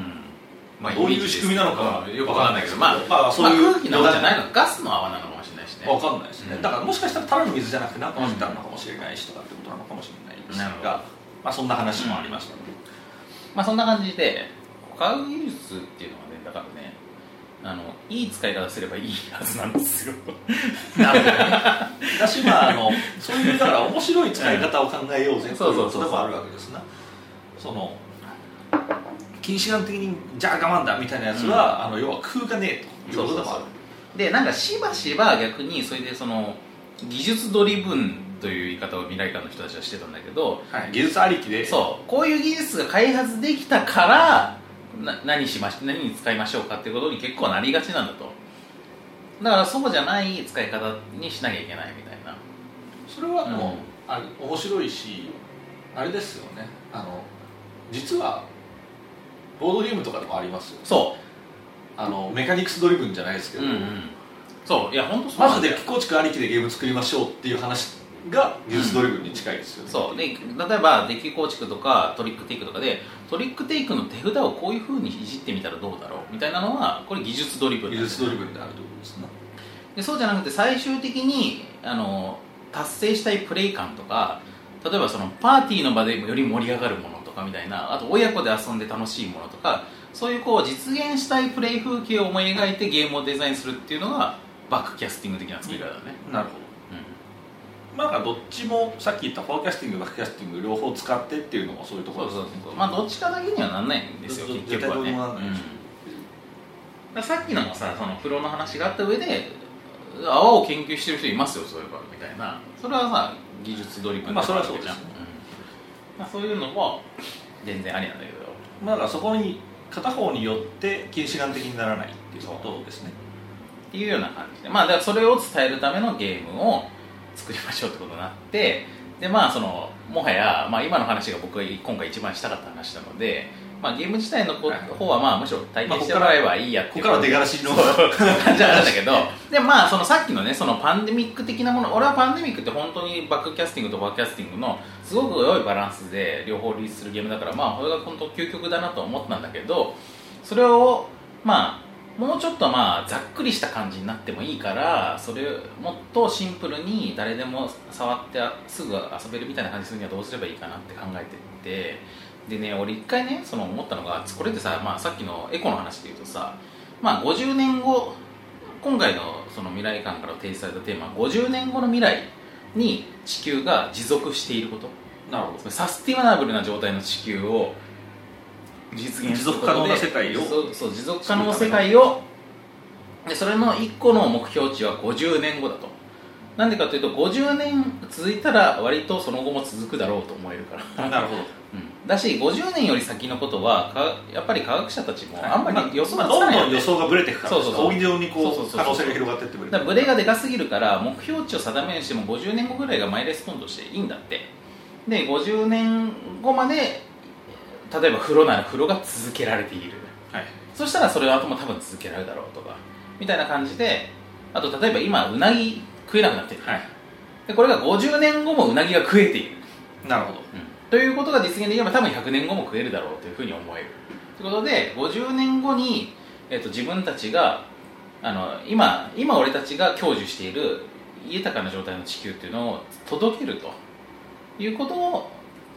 Speaker 2: まあ
Speaker 3: どういう仕組みなのか
Speaker 2: よくわかんないけどまあ、
Speaker 3: まあそういう
Speaker 2: まあ空気の泡じゃないのガスの泡なのかもしれないしね
Speaker 3: わかんないですね、
Speaker 2: うん
Speaker 3: だからもしかしたらただの水じゃなくて何か混じったのかもしれないしとかってことなのかもしれないです
Speaker 2: なるほど
Speaker 3: が、まあ、そんな話もありましたね、
Speaker 2: まあそんな感じで科学技術っていうのはねだからねあのいい使い方すればいいはずなんですよ (laughs)
Speaker 3: なるほどね私はあのそういうだから面白い使い方を考えようぜって
Speaker 2: そう
Speaker 3: い
Speaker 2: そううそう
Speaker 3: こともあるわけですなその近視眼的にじゃあ我慢だみたいなやつは、あの要は工夫がねえということでもある
Speaker 2: でなんかしばしば逆にそれでその技術ドリブンという言い方を未来館の人たちはしてたんだけど
Speaker 3: はい、技術ありきで
Speaker 2: そうこういう技術が開発できたからな何しまし何に使いましょうかっていうことに結構なりがちなんだとだからそうじゃない使い方にしなきゃいけないみたいな
Speaker 3: それはも
Speaker 2: う
Speaker 3: う、
Speaker 2: ん
Speaker 3: あれ面白いしあれですよねあの実はボードゲームとかでもありますよ
Speaker 2: そ
Speaker 3: あのメカニクスドリブンじゃないですけ
Speaker 2: う
Speaker 3: ど、
Speaker 2: うんうんそういや本当そう
Speaker 3: マ
Speaker 2: な
Speaker 3: ジ
Speaker 2: んだ
Speaker 3: で
Speaker 2: よ
Speaker 3: 構築ありきでゲーム作りましょうっていう話が
Speaker 5: ニュースドリブンに近いですよね、
Speaker 2: そうで例えばデッキ構築とかトリックテイクとかでトリックテイクの手札をこういうふうにいじってみたらどうだろうみたいなのはこれ技術ドリブン
Speaker 5: 技術ドリブンであるということですね
Speaker 2: でそうじゃなくて最終的にあの達成したいプレイ感とか例えばそのパーティーの場でより盛り上がるものとかみたいなあと親子で遊んで楽しいものとかそういうこう実現したいプレイ風景を思い描いてゲームをデザインするっていうのがバックキャスティング的な作り方だね、
Speaker 3: なるほど
Speaker 2: う
Speaker 3: まあなんかどっちもさっき言ったフォーキャスティング
Speaker 5: バックキャスティング両方使ってっていうのもそういうとこ
Speaker 2: ん、そ
Speaker 5: ろ
Speaker 2: う
Speaker 5: ですね
Speaker 2: そうそうまあどっちかだけにはなんないんですよ
Speaker 5: そうそう
Speaker 2: 結局
Speaker 5: 絶対
Speaker 2: はね、
Speaker 5: どうに
Speaker 2: うん、
Speaker 5: もな
Speaker 2: だ
Speaker 5: ら
Speaker 2: か
Speaker 5: ないでしょ
Speaker 2: らさっきのもさそのプロの話があった上で泡を研究してる人いますよそういえばみたいなそれはさ技術ドリブン
Speaker 3: まあそれはそうですね
Speaker 2: うんまあ、そういうのも全然ありなんだけど
Speaker 3: まあだからそこに片方によって近視眼的にならないっていうことですね
Speaker 2: っていうような感じでまあだからそれを伝えるためのゲームを作りましょうってことになってでまあそのもはや、まあ、今の話が僕が今回一番したかった話なので、まあ、ゲーム自体のこ
Speaker 3: はい
Speaker 2: 方はまあむしろ体験しても
Speaker 3: まあここから
Speaker 2: らえばいいやっ
Speaker 3: こ
Speaker 2: てい
Speaker 3: こ
Speaker 2: う
Speaker 3: から出がらしの
Speaker 2: 感じはあるんだけど (laughs) でまあそのさっきのねそのパンデミック的なもの俺はパンデミックって本当にバックキャスティングとバックキャスティングのすごく良いバランスで両方リリースするゲームだからまあこれが本当究極だなと思ったんだけどそれをまあもうちょっとまあざっくりした感じになってもいいからそれをもっとシンプルに誰でも触ってすぐ遊べるみたいな感じするにはどうすればいいかなって考えてってでね俺一回ねその思ったのがこれってさ、まあ、さっきのエコの話で言うとさ、まあ、50年後今回のその未来観から提示されたテーマは50年後の未来に地球が持続していること
Speaker 3: なるほ
Speaker 2: サスティナブルな状態の地球を実現することで
Speaker 3: 持続可能な世界を
Speaker 2: そうそう持続可能な世界をでそれの1個の目標値は50年後だとなんでかというと50年続いたら割とその後も続くだろうと思えるから
Speaker 3: どなるほ
Speaker 2: う
Speaker 3: ど
Speaker 2: んだし50年より先のことはかやっぱり科学者たちもあんまり予想がつ
Speaker 3: ど
Speaker 2: かな
Speaker 3: ん
Speaker 2: い
Speaker 3: ど
Speaker 2: の
Speaker 3: ん
Speaker 2: で
Speaker 3: 予想がぶれていくから
Speaker 2: そうそうそう
Speaker 3: 大喜利上にこ
Speaker 2: そうそう
Speaker 3: う
Speaker 2: そうそう
Speaker 3: 可能性が広がってってくれる
Speaker 2: だからブレがでかすぎるから目標値を定めにしても50年後ぐらいがマイレスポンドしていいんだってで50年後まで例えば風呂なら風呂が続けられている
Speaker 3: はい
Speaker 2: そしたらそれは後も多分続けられるだろうとかみたいな感じであと例えば今うなぎ食えなくなってる、
Speaker 3: はい
Speaker 2: でこれが50年後もうなぎが食えている
Speaker 3: なるほど
Speaker 2: ということが実現できれば多分100年後も食えるだろうというふうに思えるということで50年後に、えっと自分たちがあの今今俺たちが享受している豊かな状態の地球っていうのを届けるということを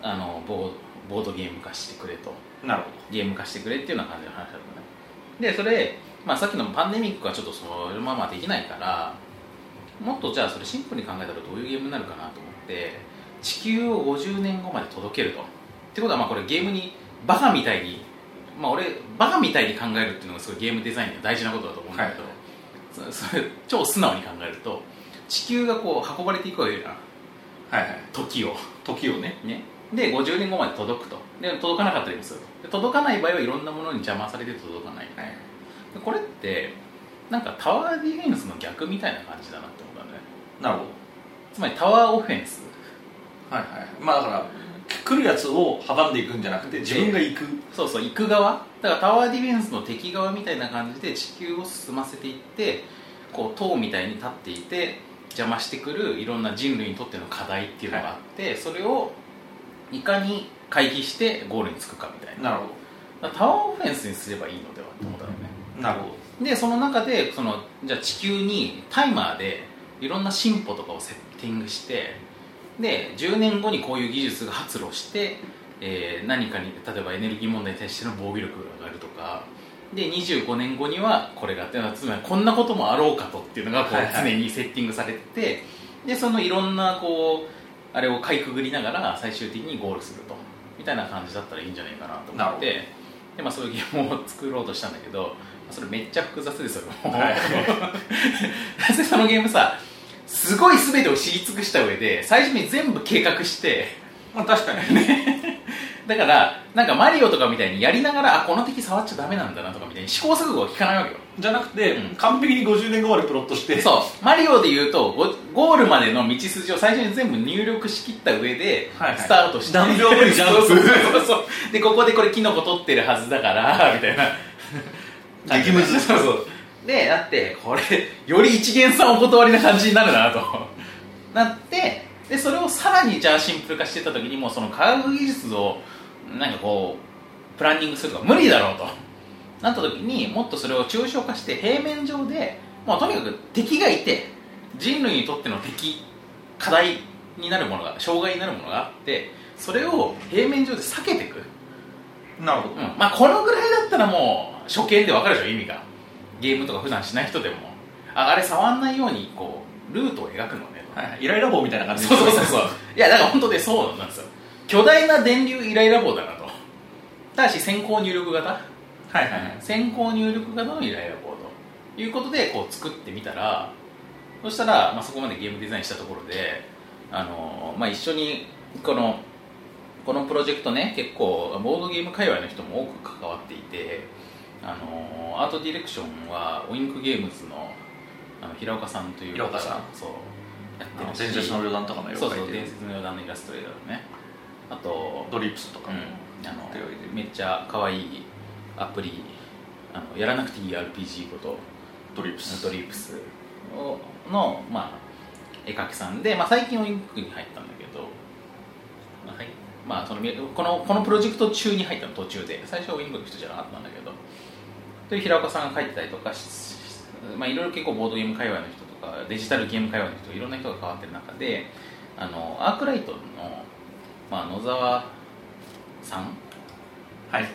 Speaker 2: あのボーボードゲーム化してくれと
Speaker 3: なるほど
Speaker 2: ゲーム化してくれっていうような感じの話だったねでそれ、まあ、さっきのパンデミックはちょっとそのままできないからもっとじゃあそれシンプルに考えたらどういうゲームになるかなと思って地球を50年後まで届けるとってことはまあこれゲームにバカみたいにまあ俺バカみたいに考えるっていうのがすごいゲームデザインでは大事なことだと思うんだけど、そそれ超素直に考えると地球がこう運ばれていくわけじゃん
Speaker 3: はいはい
Speaker 2: 時を
Speaker 3: 時をね
Speaker 2: ね、で50年後まで届くとで届かなかったりもするとで届かない場合はいろんなものに邪魔されて届かない、でこれってなんかタワーディフェンスの逆みたいな感じだなって思ったんだね
Speaker 3: なるほど
Speaker 2: つまりタワーオフェンス
Speaker 3: はいはいまあだから来るやつを阻んでいくんじゃなくて自分が行く
Speaker 2: そうそう行く側だからタワーディフェンスの敵側みたいな感じで地球を進ませていってこう塔みたいに立っていて邪魔してくるいろんな人類にとっての課題っていうのがあって、それをいかに回避してゴールにつくかみたいな
Speaker 3: なるほ
Speaker 2: だからタワーオフェンスにすればいいのではって思ったのね、
Speaker 3: どなるほど
Speaker 2: でその中でそのじゃあ地球にタイマーでいろんな進歩とかをセッティングしてで10年後にこういう技術が発露して、えー何かに例えばエネルギー問題に対しての防御力が上がるとかで25年後にはこれがっていうのはつまりこんなこともあろうかとっていうのがこ
Speaker 3: はいは
Speaker 2: う
Speaker 3: い
Speaker 2: 常にセッティングされてて、でそのいろんなこうあれをかいくぐりながら最終的にゴールするとみたいな感じだったらいいんじゃないかなと思って
Speaker 3: な
Speaker 2: で、まあ、そういうゲームを作ろうとしたんだけどそれめっちゃ複雑ですよ、
Speaker 3: はい
Speaker 2: (laughs) でそのゲームさすごい全てを知り尽くした上で最初に全部計画して
Speaker 3: まあ確かにね
Speaker 2: だからなんかマリオとかみたいにやりながらあこの敵触っちゃダメなんだなとかみたいに試行錯誤が効かないわけよ
Speaker 3: じゃなくて
Speaker 2: うん
Speaker 3: 完璧に50年後までプロットして
Speaker 2: そうマリオで言うとゴゴールまでの道筋を最初に全部入力しきった上で
Speaker 3: はいはい
Speaker 2: スタートして、
Speaker 3: 何秒後にジャンプ
Speaker 2: (laughs) そうそうそうそうでここでこれキノコ取ってるはずだからみたいな
Speaker 3: 激ムズ
Speaker 2: (laughs) そうそうで (laughs) だってこれより一元さんお断りな感じになるなとなってでそれをさらにじゃあシンプル化していった時にもうその科学技術をなんかこうプランニングするとか無理だろうとなった時にもっとそれを抽象化して平面上でもうとにかく敵がいて人類にとっての敵課題になるものが障害になるものがあってそれを平面上で避けていく、
Speaker 5: なるほど、
Speaker 2: うんまあこのぐらいだったらもう初見でわかるでしょ意味がゲームとか普段しない人でもああれ触んないようにこうルートを描くのねと
Speaker 5: はいはいイライラ棒みたいな感じ
Speaker 2: そうそうそうそういやだから本当でそうなんですよ巨大な電流イライラ棒だなとただし先行入力型
Speaker 5: はいはいはい
Speaker 2: (laughs) 先行入力型のイライラ棒ということでこう作ってみたらそしたら、まあ、そこまでゲームデザインしたところであの、まあ、一緒にこのこのプロジェクトね結構ボードゲーム界隈の人も多く関わっていてあのアートディレクションはウインクゲームズのあの平岡さんという
Speaker 5: 平岡さん
Speaker 2: そうや
Speaker 5: あの
Speaker 2: ってる
Speaker 5: 伝
Speaker 2: し
Speaker 5: 説の旅団とかもよく
Speaker 2: そう
Speaker 5: 描
Speaker 2: そ
Speaker 5: いうてる
Speaker 2: 伝説の余談のイラストレーターだねあと
Speaker 5: ドリップスとかも、
Speaker 2: うんあの
Speaker 5: 手を入れる
Speaker 2: めっちゃ可愛いアプリあのやらなくていい RPG こと
Speaker 5: ドリップス
Speaker 2: ドリープスをの、まあ、絵描きさんで、まあ、最近オリンピックに入ったんだけど、まあはいまあ、そのこのこのプロジェクト中に入ったの途中で最初はオリンピックの人じゃなかったんだけどという平岡さんが描いてたりとかししまあ、いろいろ結構ボードゲーム界隈の人とかデジタルゲーム界隈の人いろんな人が関わってる中であのアークライトの、まあ、野沢さん
Speaker 5: はい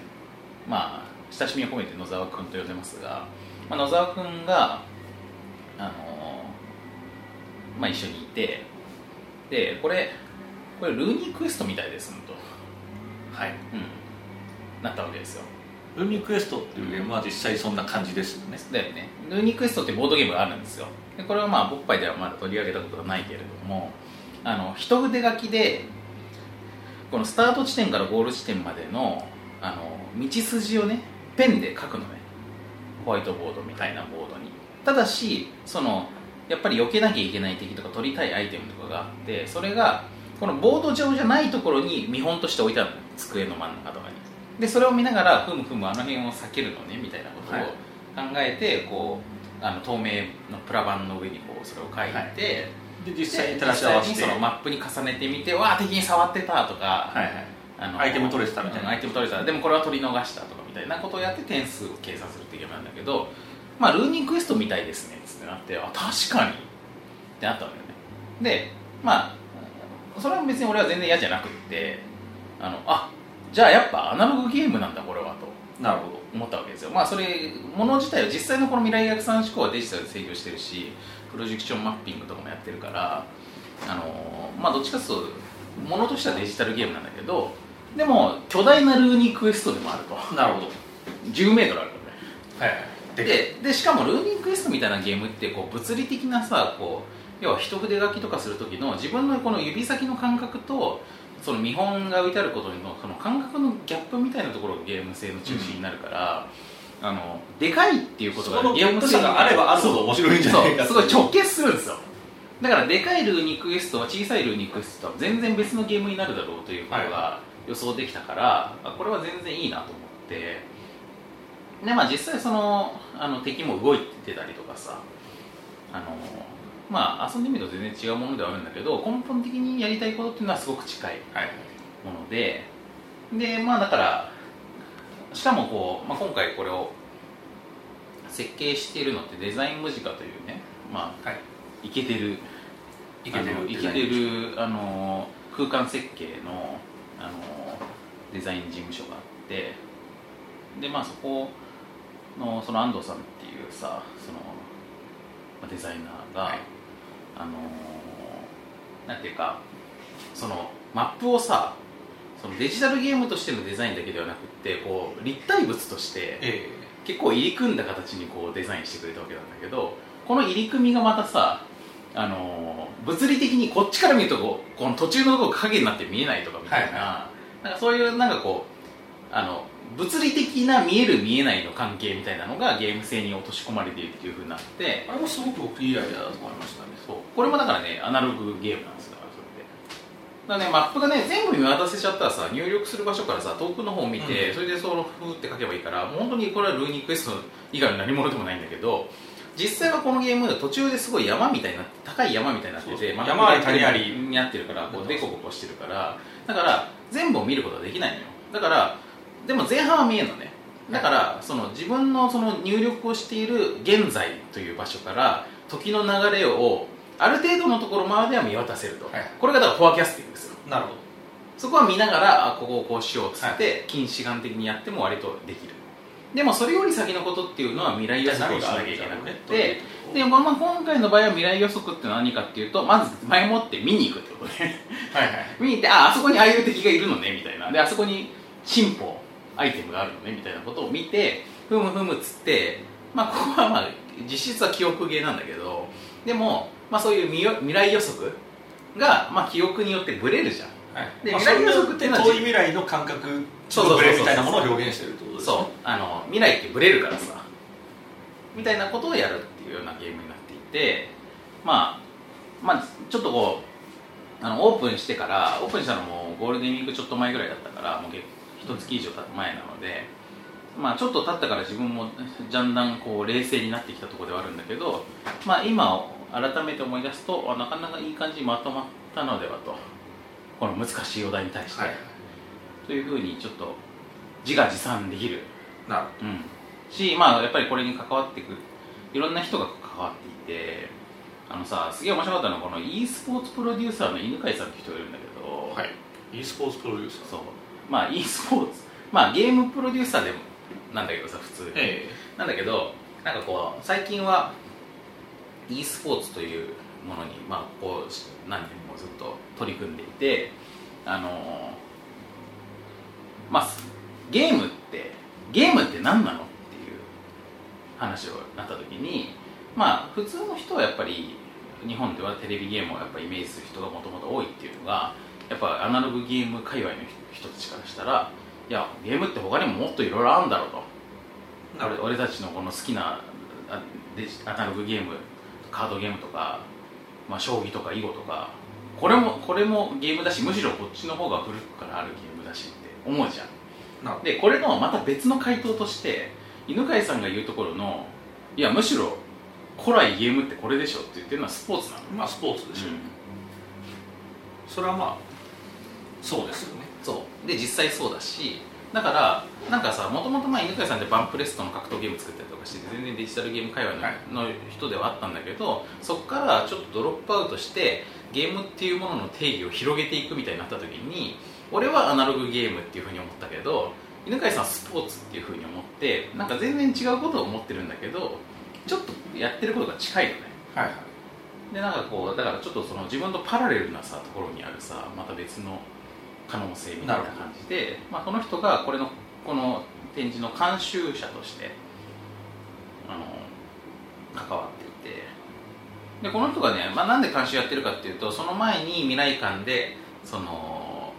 Speaker 2: まあ、親しみを込めて野沢君と呼んでますが、まあ、野沢君が、あのーまあ、一緒にいてでこれこれルーニークエストみたいですんと、
Speaker 5: はい
Speaker 2: うん、なったわけですよ
Speaker 5: ルーニークエストっていうゲームは実際そんな感じですよね
Speaker 2: だよねルーニークエストってボードゲームがあるんですよでこれはまあ「ボッパイ」ではまだ取り上げたことがないけれどもあの一筆書きでこのスタート地点からゴール地点までのあの道筋をねペンで書くのねホワイトボードみたいなボードにただしそのやっぱり避けなきゃいけない敵とか取りたいアイテムとかがあってそれがこのボード上じゃないところに見本として置いてあるの机の真ん中とかにでそれを見ながらふむふむあの辺を避けるのねみたいなことを
Speaker 5: はい
Speaker 2: 考えて、こうあの透明のプラ板の上にこうそれを書いて、
Speaker 5: はい
Speaker 2: で
Speaker 5: で実際に照ら
Speaker 2: 実
Speaker 5: し合
Speaker 2: 際
Speaker 5: わせ
Speaker 2: に
Speaker 5: て
Speaker 2: そのマップに重ねてみてわあ敵に触ってたとか、
Speaker 5: はいはい
Speaker 2: あの
Speaker 5: アイテム取れてたみたいな
Speaker 2: うんアイテム取れてたでもこれは取り逃したとかみたいなことをやって点数を計算するっていうゲームなんだけどまあルーニングクエストみたいですねっつってなってあ確かにってなったんだよねでまあそれは別に俺は全然嫌じゃなくってあのあじゃあやっぱアナログゲームなんだこれはと
Speaker 5: なるほど
Speaker 2: 思ったわけですよまあそれもの自体は実際のこの未来逆算思考はデジタルで制御してるしプロジェクションマッピングとかもやってるからあのーまあどっちかっていうとものとしてはデジタルゲームなんだけどでも巨大なルーニークエストでもあると
Speaker 5: なるほど
Speaker 2: 10メートルあるからね
Speaker 5: はいで
Speaker 2: ででしかもルーニングクエストみたいなゲームってこう物理的なさこう要は一筆書きとかする時の自分のこの指先の感覚とその見本が置いてあることのその感覚のギャップみたいなところがゲーム性の中心になるから、あのでかいっていうことが
Speaker 5: そこの
Speaker 2: ゲーム性
Speaker 5: ギャップさがあればあるほど面白いんじゃないか
Speaker 2: そうそうすごい直結するんですよだからでかいルーニクエストは小さいルーニクエストとは全然別のゲームになるだろうということが予想できたから、あこれは全然いいなと思ってでまあ実際そのあの敵も動いてたりとかさあのまあ遊んでみると全然違うものではあるんだけど根本的にやりたいことっていうのはすごく近い
Speaker 5: はい
Speaker 2: ものででまあだからしかもこう、まあ、今回これを設計しているのってデザインムジカというねまあ、
Speaker 5: はい
Speaker 2: イケてる
Speaker 5: イケてる
Speaker 2: あのイケてるあの空間設計のあのデザイン事務所があってでまあそこのその安藤さんっていうさそのまあデザイナーが、
Speaker 5: はい
Speaker 2: あのなんていうかそのマップをさそのデジタルゲームとしてのデザインだけではなくってこう立体物として
Speaker 5: え
Speaker 2: 結構入り組んだ形にこうデザインしてくれたわけなんだけどこの入り組みがまたさあのー物理的にこっちから見るとこうこの途中のところが影になって見えないとかみたいな,、なんかそういうなんかこうあの物理的な見える見えないの関係みたいなのがゲーム性に落とし込まれているっていうふうになって
Speaker 5: えあれもすごく僕いいアイデアだと思いましたね
Speaker 2: そうこれもだからねアナログゲームなんですよだからそれでだからねマップがね全部見渡せちゃったらさ入力する場所からさ遠くの方を見て、それでそのふーって書けばいいからもう本当にこれはルーニークエスト以外の何者でもないんだけど実際はこのゲーム途中ですごい山みたいになって高い山みたいになって
Speaker 3: そう
Speaker 2: て
Speaker 3: そう
Speaker 2: ま
Speaker 3: 山あり谷あり
Speaker 2: になってるからこうデコボコしてるからだから全部を見ることはできないのよだからでも前半は見えるのねだからその自分のその入力をしている現在という場所から時の流れをある程度のところまでは見渡せると、
Speaker 3: はい
Speaker 2: これがだからフォアキャスティングですよ
Speaker 3: なるほど
Speaker 2: そこは見ながらあここをこうしようっつって、近視眼的にやっても割とできるでもそれより先のことっていうのは未来予測をしなきゃいけなくてでまあまあ今回の場合は未来予測って何かっていうとまず前もって見に行くってことね
Speaker 3: はいはい
Speaker 2: 見に行ってああそこにああいう敵がいるのねみたいなであそこに進歩アイテムがあるのねみたいなことを見てふむふむっつってまあここはまあ実質は記憶ゲーなんだけどでも、まあ、そういう未よ未来予測が、まあ、記憶によってブレるじゃん
Speaker 3: はい
Speaker 2: で
Speaker 3: まあ
Speaker 2: 未来予測っていうのは
Speaker 3: 遠い未来の感覚
Speaker 2: そうそうそうそう
Speaker 3: ブレみたいなものを表現してるってことですね
Speaker 2: そうあの未来ってブレるからさみたいなことをやるっていうようなゲームになっていてまあまあちょっとこうあのオープンしてからオープンしたのもゴールデンウィークちょっと前ぐらいだったからもう結構一月以上経った前なのでまあちょっと経ったから自分もだんだんこう冷静になってきたところではあるんだけどまあ今改めて思い出すとあなかなかいい感じにまとまったのではとこの難しいお題に対して、
Speaker 3: はい
Speaker 2: というふうにちょっと自画自賛できる
Speaker 3: なる
Speaker 2: うん、し、まあ、やっぱりこれに関わってくいろんな人が関わっていてあのさすげえ面白かったのはこの e スポーツプロデューサーの犬飼さんって人がいるんだけど、
Speaker 3: ほどはい e スポーツプロデューサー
Speaker 2: そうまあ e スポーツまあゲームプロデューサーでもなんだけどさ普通に、
Speaker 3: え
Speaker 2: なんだけどなんかこう最近は e スポーツというものに、まあ、こうし何年もずっと取り組んでいてあのーまあゲームってゲームって何なのっていう話をなった時にまあ普通の人はやっぱり日本ではテレビゲームをやっぱイメージする人がもともと多いっていうのがやっぱアナログゲーム界隈の人たちからしたらいやゲームって他にももっといろいろあるんだろうと
Speaker 3: え
Speaker 2: 俺俺たちのこの好きなあデジアナログゲームカードゲームとか、まあ、将棋とか囲碁とかこれもこれもゲームだしむしろこっちの方が古くからあるゲームだしって思うじゃん
Speaker 3: なるほ
Speaker 2: でこれのまた別の回答として犬飼さんが言うところのいやむしろ古来ゲームってこれでしょって言ってるのはスポーツなの
Speaker 3: どまあスポーツでしょ、それはまあそうですよね
Speaker 2: そうで実際そうだしだからなんかさもともと犬飼さんってバンプレストの格闘ゲーム作ったりとかしてて全然デジタルゲーム界隈の,、
Speaker 3: はい
Speaker 2: 人ではあったんだけどそこからちょっとドロップアウトしてゲームっていうものの定義を広げていくみたいになった時に俺はアナログゲームっていうふうに思ったけど犬飼さんはスポーツっていうふうに思ってなんか全然違うことを思ってるんだけどちょっとやってることが近いよね
Speaker 3: はいはい
Speaker 2: でなんかこうだからちょっとその自分とパラレルなさところにあるさまた別の可能性みたいな感じで、まあ、この人がこれのこの展示の監修者としてあの関わっていてでこの人がね、まあ、なんで監修やってるかっていうとその前に未来館でその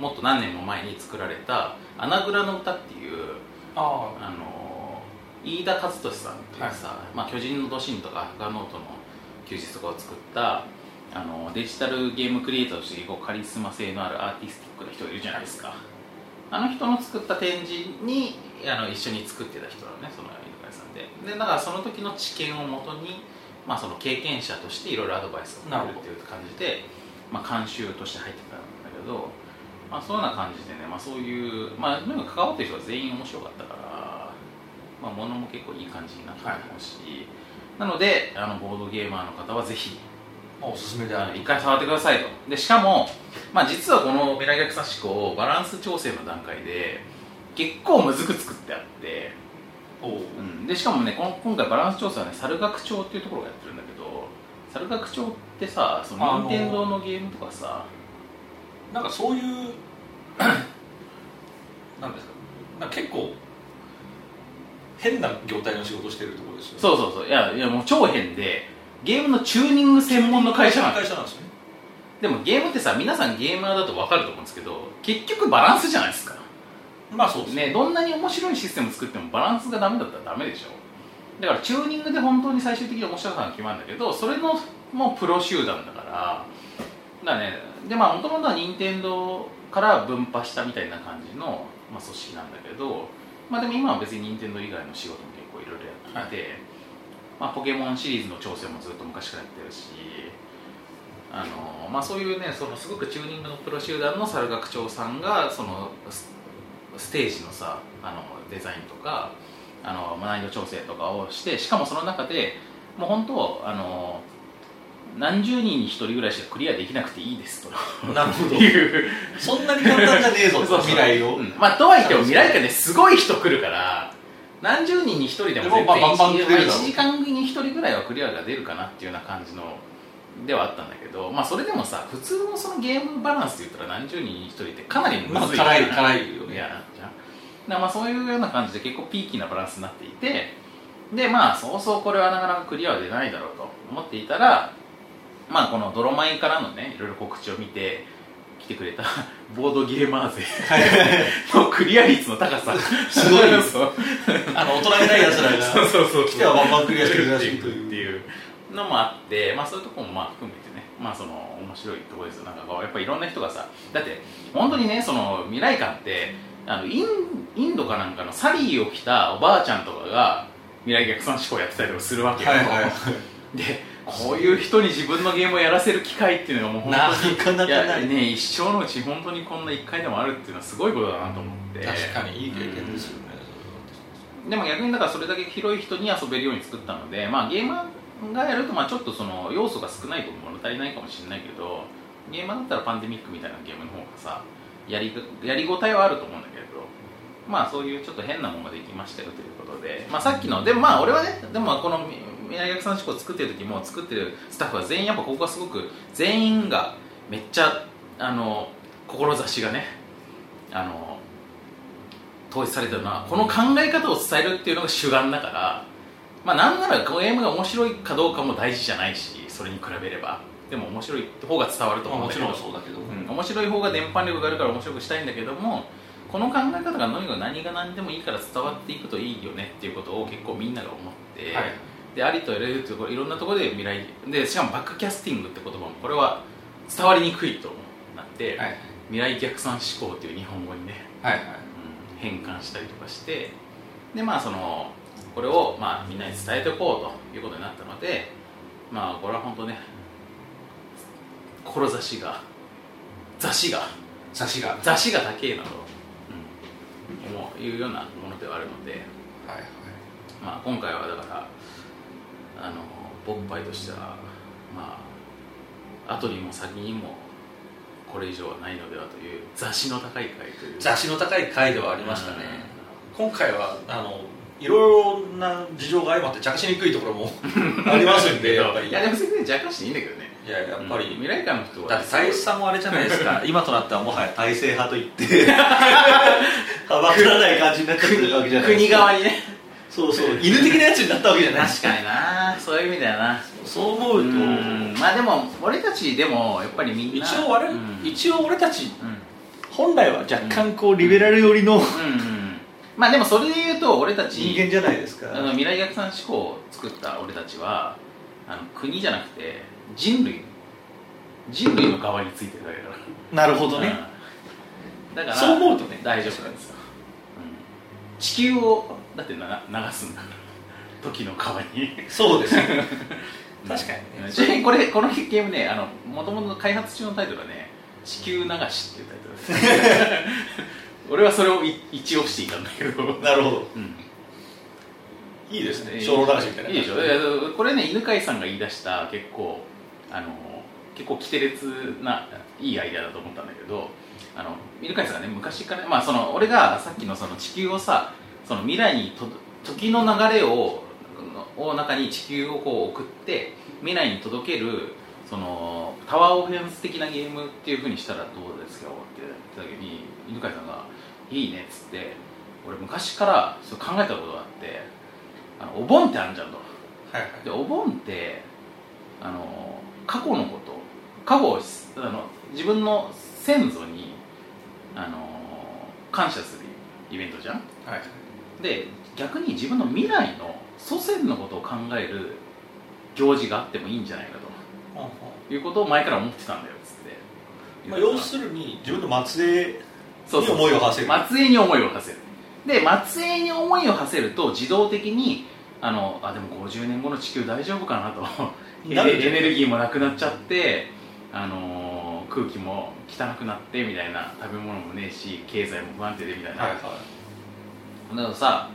Speaker 2: もっと何年も前に作られた「穴蔵の歌」っていう
Speaker 3: あ
Speaker 2: あの飯田和俊さんというさ、まあ、巨人のドシンとかアフガノートの休日とかを作ったあのデジタルゲームクリエイターとしてこうカリスマ性のあるアーティスティックな人がいるじゃないですかあの人の作った展示にあの一緒に作ってた人なのねその犬飼さんででだからその時の知見をもとに、まあ、その経験者としていろいろアドバイスを
Speaker 3: な
Speaker 2: くれ
Speaker 3: るほ
Speaker 2: る
Speaker 3: ど
Speaker 2: っていう感じで、まあ、監修として入ってたんだけどまあ、そういうような感じでね、まあ、そういう、まあ、なんか関わってる人は全員面白かったから、まあ、物も結構いい感じになったと思うし、なのであのボードゲーマーの方はぜひ
Speaker 3: あおすすめで
Speaker 2: あ
Speaker 3: あ
Speaker 2: の
Speaker 3: る
Speaker 2: 一回触ってくださいとでしかも、まあ、実はこの未来逆算思考バランス調整の段階で結構むずく作ってあって、
Speaker 3: おお
Speaker 2: うん、でしかもねこの今回バランス調整はね猿楽町っていうところがやってるんだけど猿楽町ってさそ
Speaker 3: ああ
Speaker 2: の
Speaker 3: の
Speaker 2: 任天堂のゲームとかさ、
Speaker 3: なんかそういう (clears throat) なんですかなんか結構変な業態の仕事してるところですよね
Speaker 2: そうそうそういやいやもう超変でゲームのチューニング専門の会社なの
Speaker 3: 会社なんですよね
Speaker 2: でもゲームってさ皆さんゲーマーだと分かると思うんですけど結局バランスじゃないですか
Speaker 3: まあそうですね
Speaker 2: ねどんなに面白いシステム作ってもバランスがダメだったらダメでしょだからチューニングで本当に最終的に面白さが決まるんだけどそれのもうプロ集団だからだからねでまあもともとは任天堂から分派したみたいな感じの、まあ、組織なんだけどまあでも今は別に任天堂以外の仕事も結構いろいろやっていて、まあ、ポケモンシリーズの調整もずっと昔からやってるしあの、まあ、そういうねそのすごくチューニングのプロ集団の猿楽長さんがそのスステージのさあのデザインとかあの難易度調整とかをしてしかもその中でもう本当あの何十人に一人ぐらいしかクリアできなくていいです
Speaker 3: (laughs)
Speaker 2: と
Speaker 5: なるほど
Speaker 2: いう
Speaker 5: そんなに簡単じゃねえぞ
Speaker 2: (laughs) そうそう
Speaker 5: と未来を、
Speaker 2: うんまあとはいっても未来がねすごい人来るから何十人に一人でも
Speaker 5: でもまあバンバン
Speaker 2: 1
Speaker 5: 来るだろう
Speaker 2: 時間に一人ぐらいはクリアが出るかなっていうような感じのではあったんだけどまあそれでもさ普通のそのゲームバランスで言ったら何十人に一人ってかなりむ
Speaker 5: まあ
Speaker 2: ずい
Speaker 5: 辛い辛いよ
Speaker 2: い
Speaker 5: ね
Speaker 2: やじゃんだからまあそういうような感じで結構ピーキーなバランスになっていてでまあそうそうこれはなかなかクリアは出ないだろうと思っていたらまあこの泥米からのねいろいろ告知を見て来てくれた (laughs) ボードゲーマー勢のクリア率の高さ
Speaker 5: すごいです
Speaker 2: (laughs) そう
Speaker 5: あの大人げないやつら
Speaker 2: (laughs) そ
Speaker 5: が
Speaker 2: うそうそう
Speaker 5: 来てはバンバンクリアしてるら
Speaker 2: って
Speaker 5: しい
Speaker 2: い
Speaker 5: と
Speaker 2: くって
Speaker 5: いう
Speaker 2: いうのもあって、まあ、そういうところもまあ含めてね、まあ、その面白いところですよなんかこうやっぱいろんな人がさだって本当にねその未来館ってあのインインドかなんかのサリーを着たおばあちゃんとかが未来逆算思考やってたりとかするわけよ、
Speaker 5: はいはい
Speaker 2: (laughs) でこういう人に自分のゲームをやらせる機会っていうのがもう本
Speaker 5: な
Speaker 2: 当に
Speaker 5: かなかない
Speaker 2: やね一生のうち本当にこんな1回でもあるっていうのはすごいことだなと思って
Speaker 5: 確かにいい経験ですよね、
Speaker 2: でも逆にだからそれだけ広い人に遊べるように作ったので、まあ、ゲーマーがやるとまあちょっとその要素が少ない分物足りないかもしれないけどゲーマーだったらパンデミックみたいなゲームの方がさやりやりごたえはあると思うんだけれどまあそういうちょっと変なものができましたよということで、まあ、さっきのでもまあ俺はねでもこの宮崎さん思考を作ってる時も作ってるスタッフは全員やっぱここがすごく全員がめっちゃあの志がねあの統一されてるのはこの考え方を伝えるっていうのが主眼だから、まあ、なんならこのゲームが面白いかどうかも大事じゃないしそれに比べればでも面白い方が伝わると
Speaker 5: まあ
Speaker 2: 思うん
Speaker 5: もちろ
Speaker 2: だけど、
Speaker 5: んそうだけど、
Speaker 2: うん面白い方が伝播力があるから面白くしたいんだけどもこの考え方が何が何が何でもいいから伝わっていくといいよねっていうことを結構みんなが思って、
Speaker 5: はい
Speaker 2: でありとあらゆるところいろんなところで未来でしかもバックキャスティングって言葉もこれは伝わりにくいとなって、
Speaker 5: はい
Speaker 2: 未来逆算思考っていう日本語にね、
Speaker 5: はいはい
Speaker 2: うん変換したりとかしてでまあそのこれをまあみんなに伝えていこうということになったのでまあこれは本当ね志が雑誌が
Speaker 5: 差しがはい
Speaker 2: 雑誌が高えなと、うん、思ういうようなものではあるので、
Speaker 5: はい
Speaker 2: まあ、今回はだからあのボンパイとしてはまあ後にも先にもこれ以上はないのではという雑誌の高い回という
Speaker 5: 雑誌の高い回ではあ
Speaker 2: あ
Speaker 5: りましたね、今回はあのいろいろな事情が相まって着しにくいところ (laughs) もありますんでやっぱり
Speaker 2: い
Speaker 5: い
Speaker 2: や
Speaker 5: や
Speaker 2: でも全然若干していいんだけどね
Speaker 5: やっぱ
Speaker 2: うん
Speaker 5: り、
Speaker 2: 未来館の人は
Speaker 5: だって大差もあれじゃないです (laughs) か今となってはもはや体制派といって (laughs) 幅くらない感じになっちゃってるわけじゃない
Speaker 2: 国側にね
Speaker 5: そうそう犬的なやつになったわけじゃない
Speaker 2: 確かになそういう意味だよな
Speaker 5: そう思うと
Speaker 2: うんまあでも俺たちでもやっぱりみんな
Speaker 5: 一応悪い、
Speaker 2: うん
Speaker 5: 一応俺たち
Speaker 2: うん
Speaker 5: 本来は若干こうリベラル寄りの
Speaker 2: うんうんまあでもそれで言うと俺たち
Speaker 5: 人間じゃないですか
Speaker 2: あの未来逆算思考を作った俺たちはあの国じゃなくて人類人類の側についてるだけだか
Speaker 5: な
Speaker 2: ら
Speaker 5: るほどね
Speaker 2: うんだから
Speaker 5: そう思うとね
Speaker 2: 大丈夫なんですよ、うん地球をだってな流すんだから時の川に
Speaker 5: そうです確かに
Speaker 2: う
Speaker 5: ね
Speaker 2: んちなみにこれこのゲームねもともと開発中のタイトルはね「地球流し」っていうタイト
Speaker 5: (laughs)
Speaker 2: ルです俺はそれをい一応していたんだけど、
Speaker 5: なるほど
Speaker 2: うん
Speaker 5: いいですね小老流しみたいない
Speaker 2: いでしょいやこれね犬飼さんが言い出した結構あの結構キテレツないいアイデアだと思ったんだけどあの犬飼さんがね昔からまあその俺がさっきのその地球をさその未来にと時の流れをを中に地球をこう送って未来に届けるそのタワーオフェンス的なゲームっていうふうにしたらどうですかって言った時に犬飼さんが「いいね」っつって俺昔からそう考えたことがあってあのお盆ってあるじゃんと
Speaker 5: はい
Speaker 2: でお盆ってあの過去のこと過去をしあの自分の先祖にあの感謝するイベントじゃん
Speaker 5: はい
Speaker 2: で逆に自分の未来の祖先のことを考える行事があってもいいんじゃない
Speaker 5: は
Speaker 2: か
Speaker 5: い
Speaker 2: ということを前から思ってたんだよっつって、
Speaker 5: まあ、要するに自分の末裔
Speaker 2: そうそう
Speaker 5: に思いを馳せる
Speaker 2: 松江に思いを馳せるで松江に思いを馳せると自動的にあのあでも50年後の地球大丈夫かなとエ
Speaker 3: なる
Speaker 2: (laughs) ネエネルギーもなくなっちゃって、あのー空気も汚くなってみたいな食べ物もねえし経済も不安定でみたいな、だからさ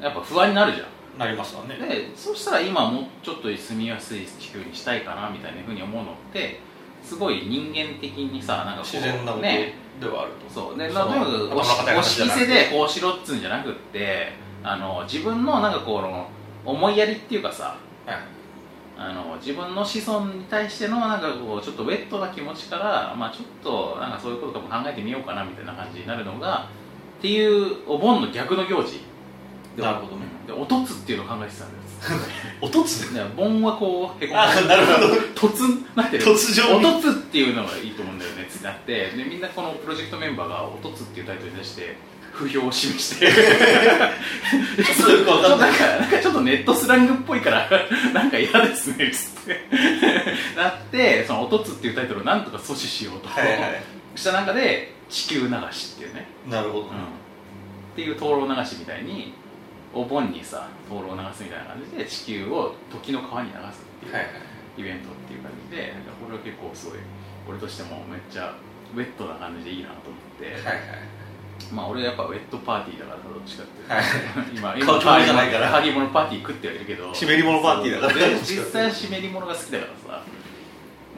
Speaker 2: やっぱ不安になるじゃん
Speaker 3: なりますわね
Speaker 2: でそしたら今もうちょっと住みやすい地球にしたいかなみたいなふうに思うのってすごい人間的にさなんかこう
Speaker 3: 自然なこと
Speaker 2: ね
Speaker 3: ではあると
Speaker 2: そうね
Speaker 3: そ
Speaker 2: まあ、
Speaker 3: の
Speaker 2: とにかく
Speaker 3: 頭の固
Speaker 2: 押
Speaker 3: い話
Speaker 2: し
Speaker 3: じゃ
Speaker 2: 押
Speaker 3: な
Speaker 2: し着せ
Speaker 3: く
Speaker 2: でこうしろっつうんじゃなくってあの自分のなんかこの思いやりっていうかさ
Speaker 6: はい
Speaker 2: あの自分の子孫に対してのなんかこうちょっとウェットな気持ちから、まあ、ちょっとなんかそういうことかも考えてみようかなみたいな感じになるのがっていうお盆の逆の行事で
Speaker 3: なるほどね
Speaker 2: でおとつっていうのを考えてたんです
Speaker 3: おとつ
Speaker 2: ね、盆はこうへこ
Speaker 3: あな
Speaker 2: (laughs)
Speaker 3: るほど
Speaker 2: 突なってる
Speaker 3: 突如
Speaker 2: おとつっていうのがいいと思うんだよねってなってでみんなこのプロジェクトメンバーがおとつっていうタイトルに出して不評を示して
Speaker 3: ちょっとよくわかんない
Speaker 2: ちょっとなんかなんかちょっとネットスラングっぽいからなんか嫌ですねっつってなってそのおとつっていうタイトルをなんとか阻止しようと、
Speaker 3: はいは
Speaker 2: した中で地球流しっていうね、
Speaker 3: いなるほど
Speaker 2: っていう灯籠流しみたいにお盆にさ灯籠を流すみたいな感じで地球を時の川に流すっていう、
Speaker 6: はい
Speaker 2: イベントっていう感じでなんかこれは結構すごい俺としてもめっちゃウェットな感じでいいなと思って、
Speaker 6: はい
Speaker 2: まあ俺やっぱウェットパーティーだからどっちかっていうと、
Speaker 6: はい
Speaker 2: 今
Speaker 3: 買うつもりじゃないから
Speaker 2: 剥ぎ物パーティー食ってはいるけど
Speaker 3: 湿り物パーティーだから
Speaker 2: そうで実
Speaker 3: (laughs)
Speaker 2: 際湿り物が好きだからさ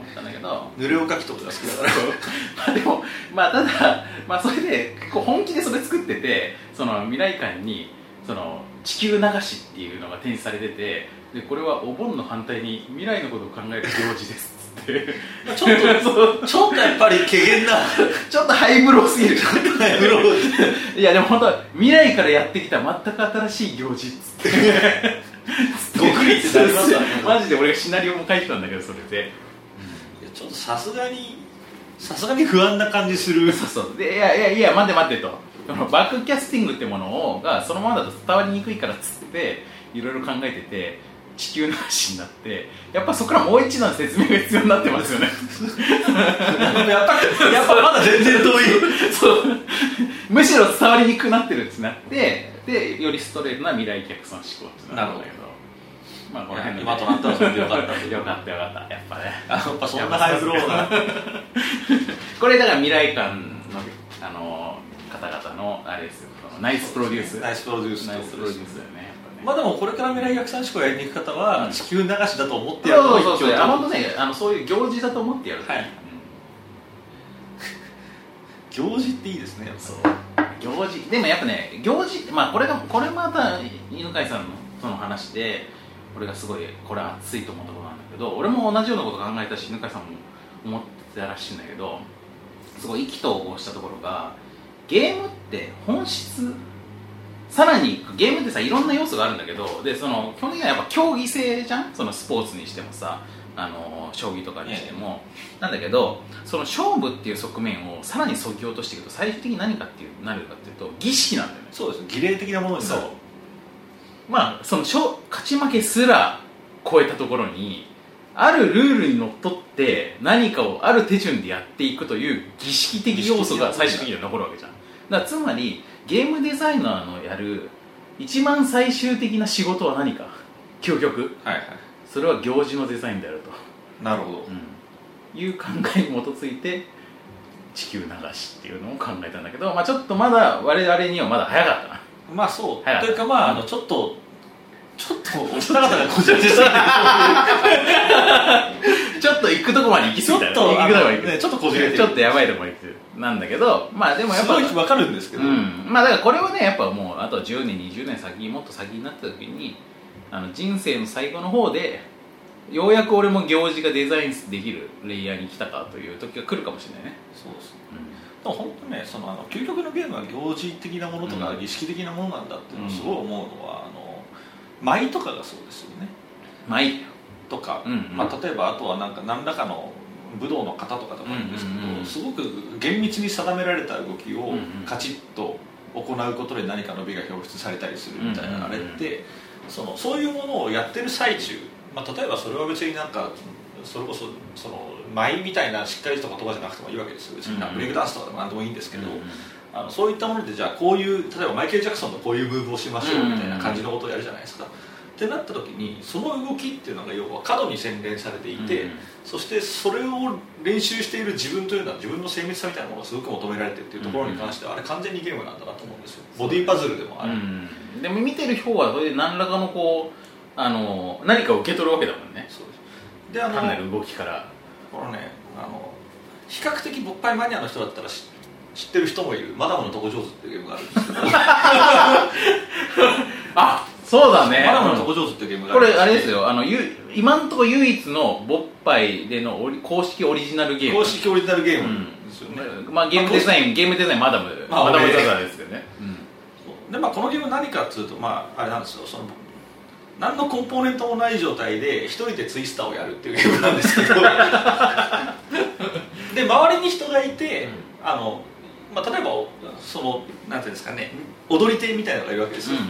Speaker 2: 思ったんだけど
Speaker 3: 濡れおかきとかが好きだから
Speaker 2: まあでも、まあ、ただ、まあ、それで結構本気でそれ作っててその未来館にその地球流しっていうのが展示されててでこれはお盆の反対に未来のことを考える行事ですっつって
Speaker 3: ちょっ
Speaker 2: そう
Speaker 3: とちょっとやっぱり怪げな
Speaker 2: ちょっとハイブローすぎる
Speaker 3: ブロー
Speaker 2: いやでも本当未来からやってきた全く新しい行事っつ (laughs) って
Speaker 3: ごくりってなりますわね
Speaker 2: マジで俺がシナリオも書いてたんだけどそれで
Speaker 3: いやちょっとさすがにさすがに不安な感じす (laughs) る
Speaker 2: そうそうでいやいやいや待って待ってとそのバックキャスティングってものをがそのままだと伝わりにくいからっつっていろいろ考えてて地球の話になってやっぱそこからもう一段説明が必要になってますよね (laughs)
Speaker 3: やっぱやっぱまだ全然遠い
Speaker 2: そうむしろ伝わりにくくなってるってなってでよりストレートな未来客さん思考ってなるんだけどまあこの辺の
Speaker 3: 今となったらそれでよかった
Speaker 2: よかったよかったやっぱね
Speaker 3: やっぱそんなハイブローな
Speaker 2: これだから未来館のあの方々のあれですよそのナイスプロデュース
Speaker 3: (laughs) ナイスプロデュース
Speaker 2: ナイスプロデュースだよね。
Speaker 3: まあ
Speaker 2: だ
Speaker 3: でもこれから未来逆算思考やりに行く方
Speaker 2: う
Speaker 3: は
Speaker 2: ん
Speaker 3: 地球流しだと思ってやる
Speaker 2: そう
Speaker 3: と
Speaker 2: そうそ
Speaker 3: 一
Speaker 2: う。
Speaker 3: 応
Speaker 2: あ本当ね、あのそういう行事だと思ってやる。
Speaker 3: はい行事っていいですねやっ
Speaker 2: うん。
Speaker 3: ぱ
Speaker 2: そう。行事でもやっぱね行事まあこれがこれまた犬飼さんのとの話で俺がすごいこれ熱いと思ったことなんだけど俺も同じようなこと考えたし犬飼さんも思ってたらしいんだけどすごい意気投合したところがゲームって本質さらにゲームってさいろんな要素があるんだけどでその基本的にはやっぱ競技性じゃんそのスポーツにしてもさあの将棋とかにしても、なんだけどその勝負っていう側面をさらに削ぎ落としていくと最終的に何かっていうなるかっていうと儀式なんだよね
Speaker 3: そうですね儀礼的なものになる
Speaker 2: そうまあその勝勝ち負けすら超えたところにあるルールにのっとって何かをある手順でやっていくという儀式的要素が最終的には残るわけじゃんだからつまりゲームデザイナーのやる一番最終的な仕事は何か究極
Speaker 3: はいは
Speaker 2: それは行事のデザインであると、
Speaker 3: いなるほど
Speaker 2: いう考えに基づいて地球流しっていうのを考えたんだけど、まあ、ちょっとまだ我々にはまだ早かったな
Speaker 3: まあそう、
Speaker 2: はい
Speaker 3: というかまああのちょっと (laughs) ちょっとお二方がこじらせすぎて
Speaker 2: ちょっと行くとこまで行き
Speaker 3: ち
Speaker 2: 過
Speaker 3: ょ
Speaker 2: ぎた
Speaker 3: っと
Speaker 2: 行
Speaker 3: あ
Speaker 2: くとこま
Speaker 3: の
Speaker 2: で行く
Speaker 3: ねちょっとこじれてる
Speaker 2: ちょっとやばいとこまで行くなんだけどまあでも
Speaker 3: (laughs)
Speaker 2: やっ
Speaker 3: す
Speaker 2: ぱ
Speaker 3: ごいわかるんですけど、
Speaker 2: うんまあだからこれはねやっぱもうあと10年20年先もっと先になった時にあの人生の最後の方でようやく俺も行事がデザインできるレイヤーに来たかという時が来るかもしれないね、
Speaker 3: そうですでも本当ねそのあの究極のゲームは行事的なものとか
Speaker 2: うん
Speaker 3: 儀式的なものなんだっていうのをすごい思うのは、あの舞とかがそうですよね
Speaker 2: まあいい
Speaker 3: とか、
Speaker 2: うんうん
Speaker 3: まあ、例えばあとはなんか何らかの武道の型とかでもいいんですけど、
Speaker 2: うんうんうん
Speaker 3: すごく厳密に定められた動き
Speaker 2: う
Speaker 3: を
Speaker 2: んうん
Speaker 3: カチッと行うことで何かの美が表出されたりするみたいな、
Speaker 2: うんうんうん
Speaker 3: あれってそのそういうものをやってる最中、まあ、例えばそれは別になんかそれこそその舞みたいなしっかりした言葉じゃなくてもいいわけですよ別になんかブレイクダンスとかでも何でもいいんですけど、あのそういったものでじゃあこういう例えばマイケル・ジャクソンのこういうムーブをしましょうみたいな感じのことをやるじゃないですか、ってなった時にその動きっていうのが要は過度に洗練されていて、
Speaker 2: うん
Speaker 3: そしてそれを練習している自分というのは自分の精密さみたいなものがすごく求められてっていうところに関しては、あれ完全にゲームなんだなと思うんですよボディパズルでもあれ、
Speaker 2: うんでも見てる方はそれで何らかのこうあの何かを受け取るわけだもんね
Speaker 3: そうですであの
Speaker 2: 単なる動きから
Speaker 3: このねあの比較的勃発マニアの人だったら知知ってる人もいる「マダムのとこ上手」っていうゲームがあるんで
Speaker 2: (laughs)
Speaker 3: すけどマ
Speaker 2: あそうだね
Speaker 3: ダムのとこ上手っていうゲームがあ
Speaker 2: こ
Speaker 3: るん
Speaker 2: れあれですよあのゆ今のところ唯一のボッパイでのオリ公式オリジナルゲーム
Speaker 3: 公式オリジナルゲーム
Speaker 2: うん
Speaker 3: ですよね、
Speaker 2: まあゲームデザインゲームデザインマダム、
Speaker 3: まあ
Speaker 2: マダム
Speaker 3: 俺
Speaker 2: ザザですけどね、
Speaker 3: でまあ、このゲーム何かっていうと、まあ、あれなんですよその何のコンポーネントもない状態で一人でツイスターをやるっていうゲームなんですけ
Speaker 2: (laughs)
Speaker 3: どで周りに人がいて、あのまあ、例えばそのなんていうんですかね踊り手みたいなのがいるわけです
Speaker 2: うん
Speaker 3: よ、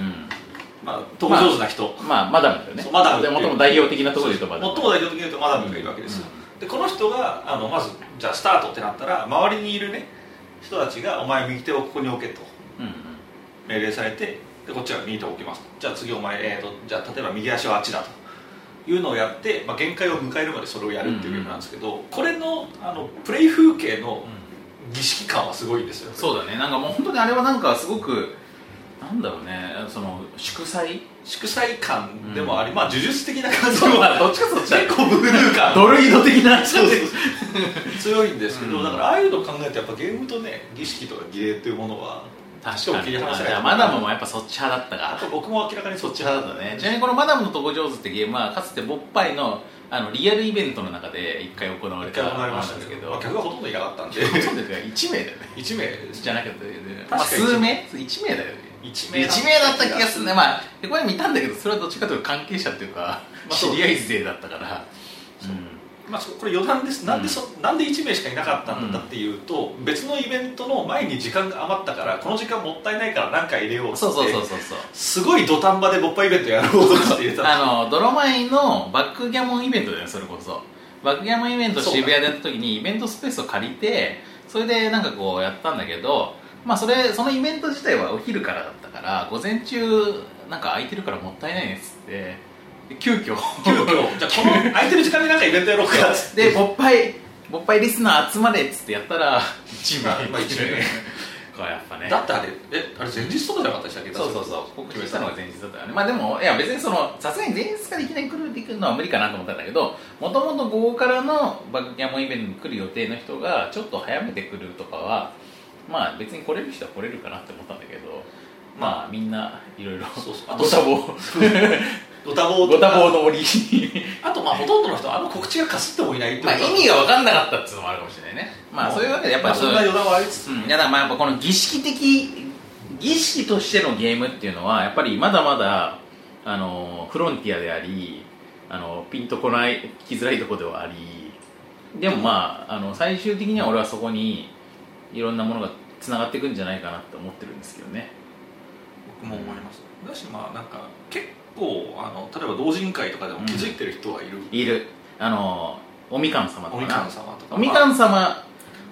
Speaker 2: う
Speaker 3: まあ、とこ上手な人、
Speaker 2: んまあマダムだよね
Speaker 3: そうマダムっていう
Speaker 2: で最も代表的なところで言うとマダム
Speaker 3: 最も代表的に言うとマダムがいるわけですよ、でこの人があのまずじゃあスタートってなったら周りにいるね人たちが「お前右手をここに置け」と
Speaker 2: うんうん
Speaker 3: 命令されてでこっちは右手を置きますじゃあ次お前、えー、とじゃあ例えば右足はあっちだというのをやって、まあ、限界を迎えるまでそれをやるっていうゲームなんですけど、これのあのプレイ風景の儀式感はすごいんですよ
Speaker 2: そうだねなんかもう本当にあれはなんかすごくなんだろうねその祝祭
Speaker 3: 祝祭感でもあり、まあ呪術的な感じも
Speaker 2: まあどっちかそっちだね
Speaker 3: 結構ブルー感
Speaker 2: ドルイド的な
Speaker 3: そうそう強いんですけど、
Speaker 2: うん
Speaker 3: だからああいうのを考えるとやっぱゲームとね儀式とか儀礼というものは
Speaker 2: 確かに
Speaker 3: 切り離せない
Speaker 2: じゃあマダムもやっぱそっち派だった
Speaker 3: あ
Speaker 2: か
Speaker 3: と僕も明らかにそっち派だったね
Speaker 2: ちなみにこの「マダムのとこ上手」ってゲームはかつてボッパイのあのリアルイベントの中で一回行われ
Speaker 3: 一
Speaker 2: た
Speaker 3: 回もなり
Speaker 2: ものな
Speaker 3: まし
Speaker 2: ん
Speaker 3: た
Speaker 2: です
Speaker 3: け
Speaker 2: け
Speaker 3: ど、
Speaker 2: ど
Speaker 3: まあ、客がほとんどいなかった
Speaker 2: (laughs)
Speaker 3: んで
Speaker 2: そうですよ1名だよね
Speaker 3: 1名です
Speaker 2: じゃなかったよね、まあ、
Speaker 3: 確かに
Speaker 2: 数名1名だよね
Speaker 3: 1
Speaker 2: 1名だった気がするねまあここに見たんだけどそれはどっちかというと関係者っていうか、
Speaker 3: まあ
Speaker 2: 知
Speaker 3: そう
Speaker 2: り合い勢だったからうん
Speaker 3: まあ、そこれ余談ですなんでそ、なんで1名しかいなかったんだっていうと、別のイベントの前に時間が余ったからこの時間もったいないから何か入れようって
Speaker 2: そうそうそうそうそう
Speaker 3: すごい土壇場で勃発イベントやろうとかって言って
Speaker 2: (laughs)
Speaker 3: た
Speaker 2: あの泥米のバックギャモンイベントだよねそれこそバックギャモンイベントを渋谷でやった時にイベントスペースを借りてそれでなんかこうやったんだけどまあそれそのイベント自体はお昼からだったから午前中なんか空いてるからもったいないですってで急遽
Speaker 3: 急遽じゃあこの空いてる時間で何かイベントやろうかっつって
Speaker 2: で勃発勃発リスナー集まれっつってやったら1名
Speaker 3: (laughs) まあ一名
Speaker 2: (laughs) これやっぱね
Speaker 3: だってあれえあれ前日とかじゃなかったでしたっけ
Speaker 2: そうそうそう告知したのが前日だったよねまあでもいや別にそのさすがに前日からいきなり来るってくるのは無理かなと思ったんだけどもともと午後からのバックギャモンイベントに来る予定の人がちょっと早めて来るとかはまあ別に来れる人は来れるかなって思ったんだけどまあみんないろいろ
Speaker 3: そうそうあと
Speaker 2: ご多忙ご
Speaker 3: ドタボーと
Speaker 2: 多忙
Speaker 3: か
Speaker 2: の折
Speaker 3: あとまあほとんどの人あの告知がかすってもいないって
Speaker 2: (laughs)
Speaker 3: こ
Speaker 2: まあ
Speaker 3: と
Speaker 2: (laughs) 意味が分かんなかったっていうのもあるかもしれないねまあそういうわけでやっぱり
Speaker 3: まあそんな余談はありつつ
Speaker 2: うん、いやだからまあやっぱこの儀式的儀式としてのゲームっていうのはやっぱりまだまだあのフロンティアでありあのピンとこない来づらいとこではありでもまああの最終的には俺はそこにいろんなものがつながっていくんじゃないかなって思ってるんですけどね
Speaker 3: 僕も思いますだしまあなんか結構あの例えば同人会とかでも気づいてる人はいる、
Speaker 2: いるあのおみかん様と
Speaker 3: お
Speaker 2: か
Speaker 3: み
Speaker 2: な
Speaker 3: かん様とか
Speaker 2: おみかん様、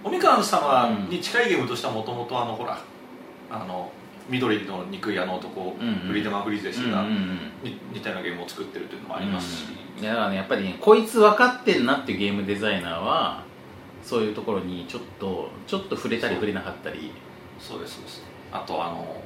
Speaker 3: おみかん様に近いゲームとしてはもともとあのほらあの緑の肉屋の男、
Speaker 2: うんうん
Speaker 3: フリーデマ・フリーゼ氏
Speaker 2: う
Speaker 3: が
Speaker 2: んうんうん
Speaker 3: に似たようなゲームを作ってるというのもありますし、
Speaker 2: うんいやだからねやっぱりねこいつ分かってんなっていうゲームデザイナーはそういうところにちょっとちょっと触れたり触れなかったり
Speaker 3: そうですそうですあとあの、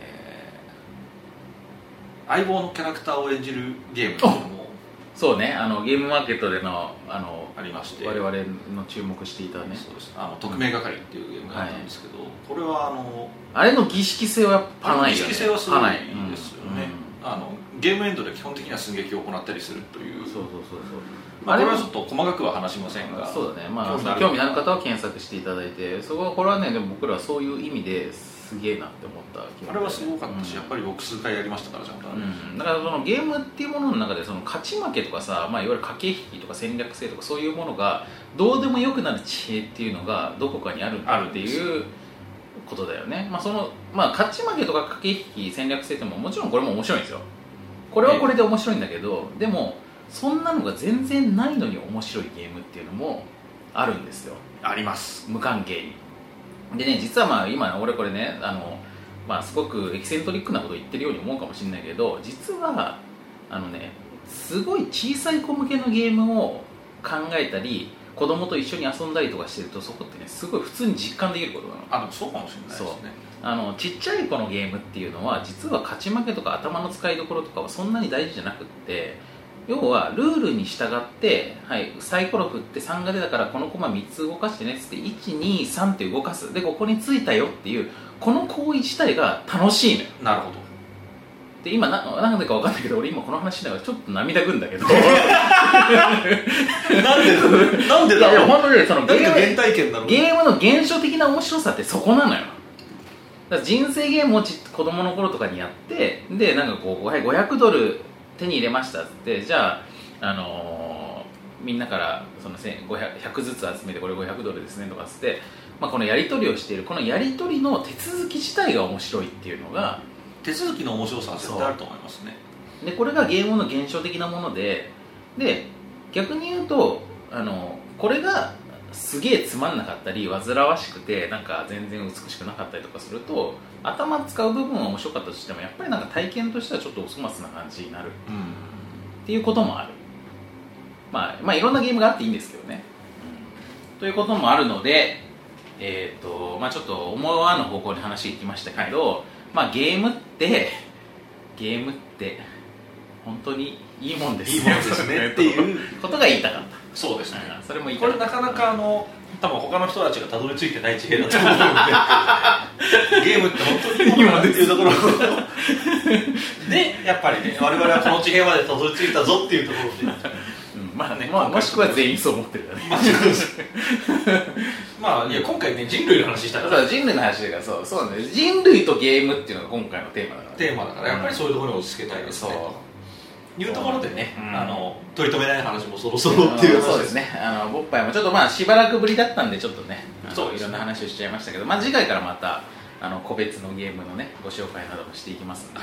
Speaker 3: えー相棒のキャラクターを演じるゲームというのも
Speaker 2: そうねあのゲームマーケットでのあの
Speaker 3: ありまして
Speaker 2: 我々の注目していたね
Speaker 3: そうですあの匿名係っていうゲームがあったんですけど、これはあの
Speaker 2: あれの儀式性はやっぱないよ、ね、
Speaker 3: 意識性はすごい
Speaker 2: パないうん
Speaker 3: ですよね、あのゲームエンドで基本的には寸劇を行ったりするという
Speaker 2: うんそうそうそうそう
Speaker 3: まあ、これは
Speaker 2: も
Speaker 3: ちょっと細かくは話しませんが
Speaker 2: そうだねまあ
Speaker 3: 興味のある
Speaker 2: 興味のある方は検索していただいてそこはこれはねでも僕らはそういう意味ですげえなって思った気が
Speaker 3: あれはすごかったし、
Speaker 2: うん
Speaker 3: やっぱり僕数回やりましたからちゃんとあれ、
Speaker 2: だからそのゲームっていうものの中でその勝ち負けとかさ、まあ、いわゆる駆け引きとか戦略性とかそういうものがどうでもよくなる知恵っていうのがどこかにあるんだっていうことだよね、まあそのまあ、勝ち負けとか駆け引き戦略性ってももちろんこれも面白いんですよこれはこれで面白いんだけどでもそんなのが全然ないのに面白いゲームっていうのもあるんですよ
Speaker 3: あります
Speaker 2: 無関係にでね実はまあ今俺これねあのまあ、すごくエキセントリックなことを言ってるように思うかもしれないけど実はあのねすごい小さい子向けのゲームを考えたり子供と一緒に遊んだりとかしてるとそこってねすごい普通に実感できることなの
Speaker 3: あでもそうかもしれないですね
Speaker 2: あのちっちゃい子のゲームっていうのは実は勝ち負けとか頭の使いどころとかはそんなに大事じゃなくって要はルールに従って、はい、サイコロ振って3が出たからこのコマ3つ動かしてねっつって123って動かすでここについたよっていうこの行為自体が楽しいのよ
Speaker 3: なるほど
Speaker 2: で今ななんでか分かんないけど俺今この話しながらちょっと涙ぐん (laughs) だけど
Speaker 3: なんでなんで
Speaker 2: いや
Speaker 3: だ
Speaker 2: でも
Speaker 3: ろう
Speaker 2: 本当にねそのゲ
Speaker 3: 何か
Speaker 2: ーム
Speaker 3: 原体験だろう
Speaker 2: ゲームの現象的な面白さってそこなのよだから人生ゲームをち子供の頃とかにやってでなんかこうはい500ドル手に入れましたっつってじゃあ、あのーみんなからその1000 500 100ずつ集めてこれ500ドルですねとかっつって、まあ、このやり取りをしているこのやり取りの手続き自体が面白いっていうのが
Speaker 3: 手続きの面白さは絶対あると思いますね
Speaker 2: でこれがゲームの現象的なものでで逆に言うとあのこれがすげえつまんなかったり煩わしくてなんか全然美しくなかったりとかすると頭使う部分は面白かったとしてもやっぱりなんか体験としてはちょっとお粗末な感じになるっていうこともある、まあ、まあいろんなゲームがあっていいんですけどね、うんということもあるのでえっ、とまあちょっと思わぬ方向に話いきましたけど、まあゲームってゲームって本当にいいもんですよ
Speaker 3: いいもんですね
Speaker 2: (laughs)
Speaker 3: っていう
Speaker 2: ことが言いたかっ
Speaker 3: そうですね
Speaker 2: たそれも言い
Speaker 3: こ
Speaker 2: たか
Speaker 3: れ
Speaker 2: っ
Speaker 3: な
Speaker 2: た
Speaker 3: かなかあの多分他の人たちがたどり着いてない地平だと思うんで (laughs) ゲームって本当にいいものだっていうところ (laughs) でやっぱりね我々はこの地平までたどり着いたぞっていうところで
Speaker 2: うんまあね、まあ、もしくは全員そう思ってるよね
Speaker 3: (laughs) まあいや今回ね人類の話した
Speaker 2: だ
Speaker 3: か
Speaker 2: からら人類の話だからそうそうなんだよ人類とゲームっていうのが今回のテーマだから
Speaker 3: テーマだからやっぱりそういうところに落ち着けたいです
Speaker 2: そ
Speaker 3: ね
Speaker 2: う
Speaker 3: というところでね、
Speaker 2: うん
Speaker 3: あの取り留めない話もそろそろっていう話
Speaker 2: そうですねあのボッパイもちょっとまあしばらくぶりだったんでちょっとねあの
Speaker 3: そうです
Speaker 2: いろ
Speaker 3: ね
Speaker 2: んな話をしちゃいましたけど、まあ、次回からまたあの個別のゲームのねご紹介などもしていきますので、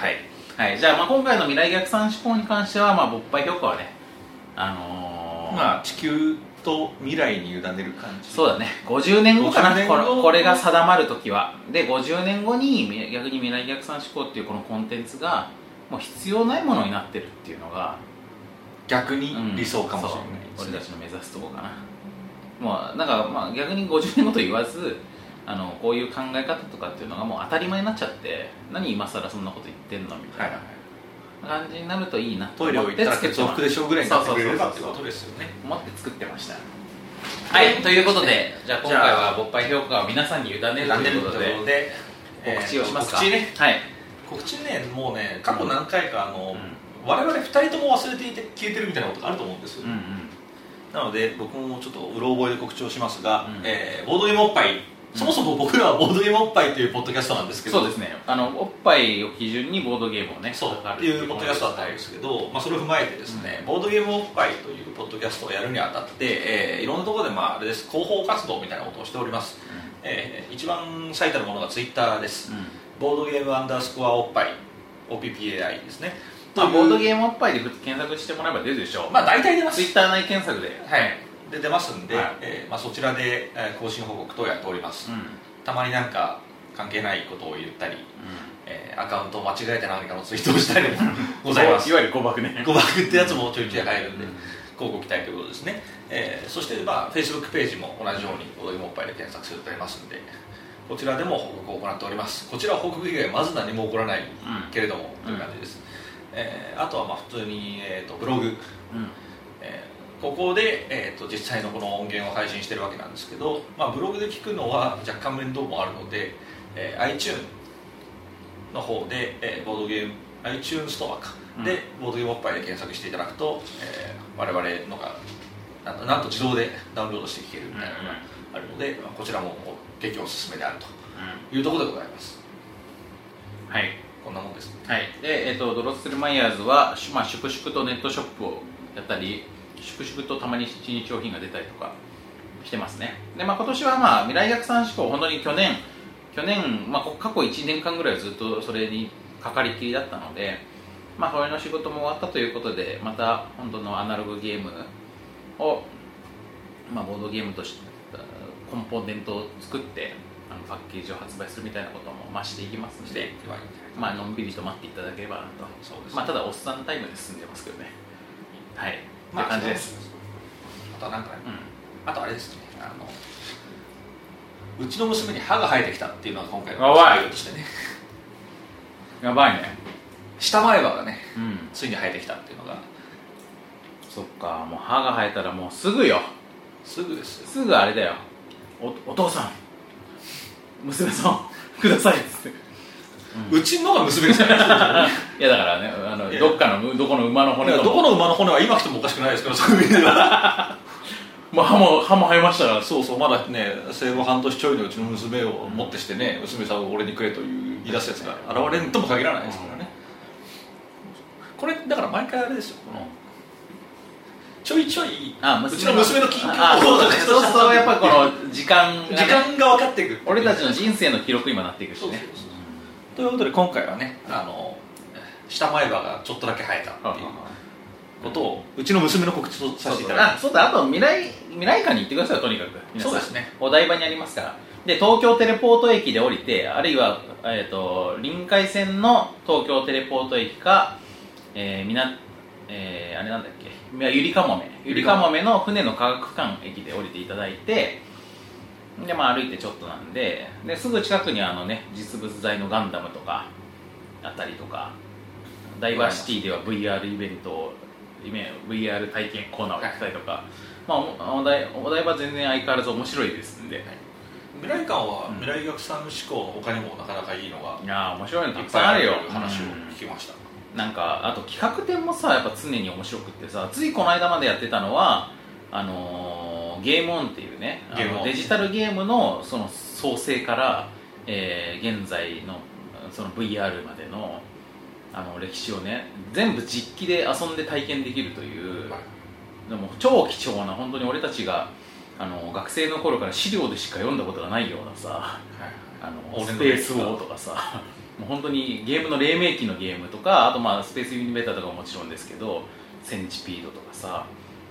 Speaker 2: はいじゃあまあ今回の未来逆算思考に関しては、まあ、ボッパイ評価はねあのー
Speaker 3: まあ地球と未来に委ねる感じ
Speaker 2: そうだね50年後かな
Speaker 3: 50年
Speaker 2: こ
Speaker 3: 後
Speaker 2: れこれが定まる時はで50年後にみ逆に未来逆算思考っていうこのコンテンツがもう必要ないものになってるっていうのが
Speaker 3: 逆に理想かもしれないで
Speaker 2: そう
Speaker 3: す
Speaker 2: 俺
Speaker 3: ね
Speaker 2: たちの目指すとこかなもうなんかまあ逆に50年ごと言わずあのこういう考え方とかっていうのがもう当たり前になっちゃって何今更そんなこと言ってんのみた
Speaker 3: はいいはいはい
Speaker 2: な感じになるといいなと
Speaker 3: ト
Speaker 2: 思
Speaker 3: イレを
Speaker 2: っ
Speaker 3: 行ってたら
Speaker 2: 作って
Speaker 3: 血を
Speaker 2: ま
Speaker 3: 服でしょうぐらいになってくれれば
Speaker 2: そうそう
Speaker 3: って
Speaker 2: そうそう
Speaker 3: ことですよね
Speaker 2: 思って作ってましたはいということでじゃあ今回は勃発評価を皆さんに委ねるということで
Speaker 3: で
Speaker 2: 告知をしますか
Speaker 3: 告知ね
Speaker 2: はい
Speaker 3: 告知ねもうね過去何回かあの、
Speaker 2: う
Speaker 3: 我々2人とも忘れていて消えてるみたいなことがあると思うんですよ、
Speaker 2: うんうん
Speaker 3: なので僕もちょっとうろ覚えで告知をしますが、
Speaker 2: うん
Speaker 3: えーボードゲームおっぱいそもそも僕らはボードゲームおっぱいというポッドキャストなんですけど
Speaker 2: そうですねあのおっぱいを基準にボードゲームをね
Speaker 3: そう
Speaker 2: 語る
Speaker 3: っていうポッドキャストだったんですけど、まあ、それを踏まえてですね、ボードゲームおっぱいというポッドキャストをやるにあたって、えーいろんなところで、まあ、あれです広報活動みたいなことをしております、えー一番最たるものがツイッターです、
Speaker 2: うん
Speaker 3: ボードゲームアンダースコアおっぱい OPPAI ですね
Speaker 2: まあ、ボード
Speaker 3: ー
Speaker 2: ゲームおっぱいで検索してもらえば出るでしょう、
Speaker 3: まあ大体出ま
Speaker 2: ツ
Speaker 3: す
Speaker 2: イッター内検索で、
Speaker 3: はいで出ますんで、
Speaker 2: はい
Speaker 3: えーまあ、そちらで、えー更新報告等やっております、
Speaker 2: うん
Speaker 3: たまになんか関係ないことを言ったり、えーアカウントを間違えて何かのツイートをしたりもございます
Speaker 2: いわゆる誤爆ね
Speaker 3: (laughs) 誤爆ってやつもちょいちょい入るんで
Speaker 2: うん
Speaker 3: 広告期待ということですね、えーそしてまあ Facebook ページも同じように「おどいもっぱい」で検索するとありますんでこちらでも報告を行っておりますこちらは報告以外まず何も起こらない
Speaker 2: うん
Speaker 3: けれども、という感じです、えーあとはまあ普通に、えー、とブログ、
Speaker 2: うん
Speaker 3: えーここで、えー、と実際のこの音源を配信してるわけなんですけど、まあ、ブログで聞くのは若干面倒もあるので、えー iTune の方で、えーボードゲーム iTune ストアか、
Speaker 2: うん
Speaker 3: でボードゲームおっぱいで検索していただくと、えー我々のがなんとなんと自動でダウンロードして聞けるみたいなのがあるので、まあこちらも激おすすめであるというところでございます
Speaker 2: はい、
Speaker 3: こんなもんですね
Speaker 2: はい、で、えっとドロッセルマイヤーズは、しまあ、粛々とネットショップをやったり粛々とたまに新商品が出たりとかしてますねで、まあ、今年は、まあ、未来逆算思考本当に去年去年、まあ、こ過去1年間ぐらいはずっとそれにかかりきりだったのでまあそれの仕事も終わったということでまた本当のアナログゲームを、まあ、ボードゲームとしてコンポーネントを作ってあのパッケージを発売するみたいなこともまあしていきますの
Speaker 3: し
Speaker 2: で
Speaker 3: ていけばいいんじゃない
Speaker 2: まあのんびりと待っていただければなと
Speaker 3: そうですね
Speaker 2: まあただおっさんタイムで進んでますけどねはい
Speaker 3: まあ
Speaker 2: って感じです
Speaker 3: あとはなんかね
Speaker 2: うん
Speaker 3: あとあれですねあのうちの娘に歯が生えてきたっていうのは今回の
Speaker 2: やばい
Speaker 3: としてね
Speaker 2: やばいね
Speaker 3: 下前歯がね
Speaker 2: うん
Speaker 3: ついに生えてきたっていうのが
Speaker 2: そっかもう歯が生えたらもうすぐよ
Speaker 3: すぐですよ
Speaker 2: すぐあれだよおお父さん (laughs) 娘さんくださいっつって
Speaker 3: うちのが娘ですから
Speaker 2: (laughs) いやだからねあの
Speaker 3: いや
Speaker 2: どっかのどこの馬の骨
Speaker 3: ど
Speaker 2: と
Speaker 3: こ
Speaker 2: も
Speaker 3: の馬の骨は今来てもおかしくないですからそういう意味では
Speaker 2: まあ歯も歯も生えましたから
Speaker 3: そうそうまだね生後半年ちょいのうちの娘を持ってしてね娘さんを俺にくれという言い出すやつが現れるとも限らないですからね、これだから毎回あれですよこのちょいちょい
Speaker 2: あ
Speaker 3: うちの娘の緊急
Speaker 2: ああそうだねそうするとやっぱこの時間がね
Speaker 3: 時間が分かっていく
Speaker 2: 俺たちの人生の記録にもなっていくし
Speaker 3: そうそう
Speaker 2: ね
Speaker 3: そうそうということで今回はねあの下前歯がちょっとだけ生えたっていうことをうちの娘の告知とさせていただき
Speaker 2: あ
Speaker 3: ます
Speaker 2: そうだあと未来未来館に行ってくださいとにかく皆さん
Speaker 3: そうですね
Speaker 2: お台場にありますからで東京テレポート駅で降りてあるいは、えー、と臨海線の東京テレポート駅か、えーみなえーあれなんだっけいやゆりかもめゆりかもめの船の科学館駅で降りていただいてで、まあ、歩いてちょっとなんでですぐ近くにあの、ね、実物大のガンダムとかあったりとかダイバーシティでは VR イベントをイベ VR 体験コーナーをやったりとか、まあ、おお台お台場全然相変わらず面白いですんで、
Speaker 5: 未来館は
Speaker 2: うん
Speaker 5: 未来学産志向の他にもなかなかいいのが
Speaker 2: い、やー面白いのた
Speaker 5: いっ
Speaker 2: く
Speaker 5: ぱ
Speaker 2: さん
Speaker 5: い
Speaker 2: あ
Speaker 5: ある
Speaker 2: る
Speaker 5: よ
Speaker 2: よ
Speaker 5: という話を聞きました、
Speaker 2: うんなんかあと企画展もさやっぱ常に面白くってさついこの間までやってたのはあのーゲームオンっていうねあの
Speaker 5: ゲームオン
Speaker 2: デジタルゲームのその創生から、えー現在のその VR までのあの歴史をね全部実機で遊んで体験できるという、
Speaker 5: はい
Speaker 2: でも超貴重な本当に俺たちがあの学生の頃から資料でしか読んだことがないようなさあの
Speaker 5: 俺の
Speaker 2: スペースウォーとかさ (laughs) もう本当にゲームの黎明期のゲームとかあとまあスペースインベーターとかももちろんですけどセンチピードとかさ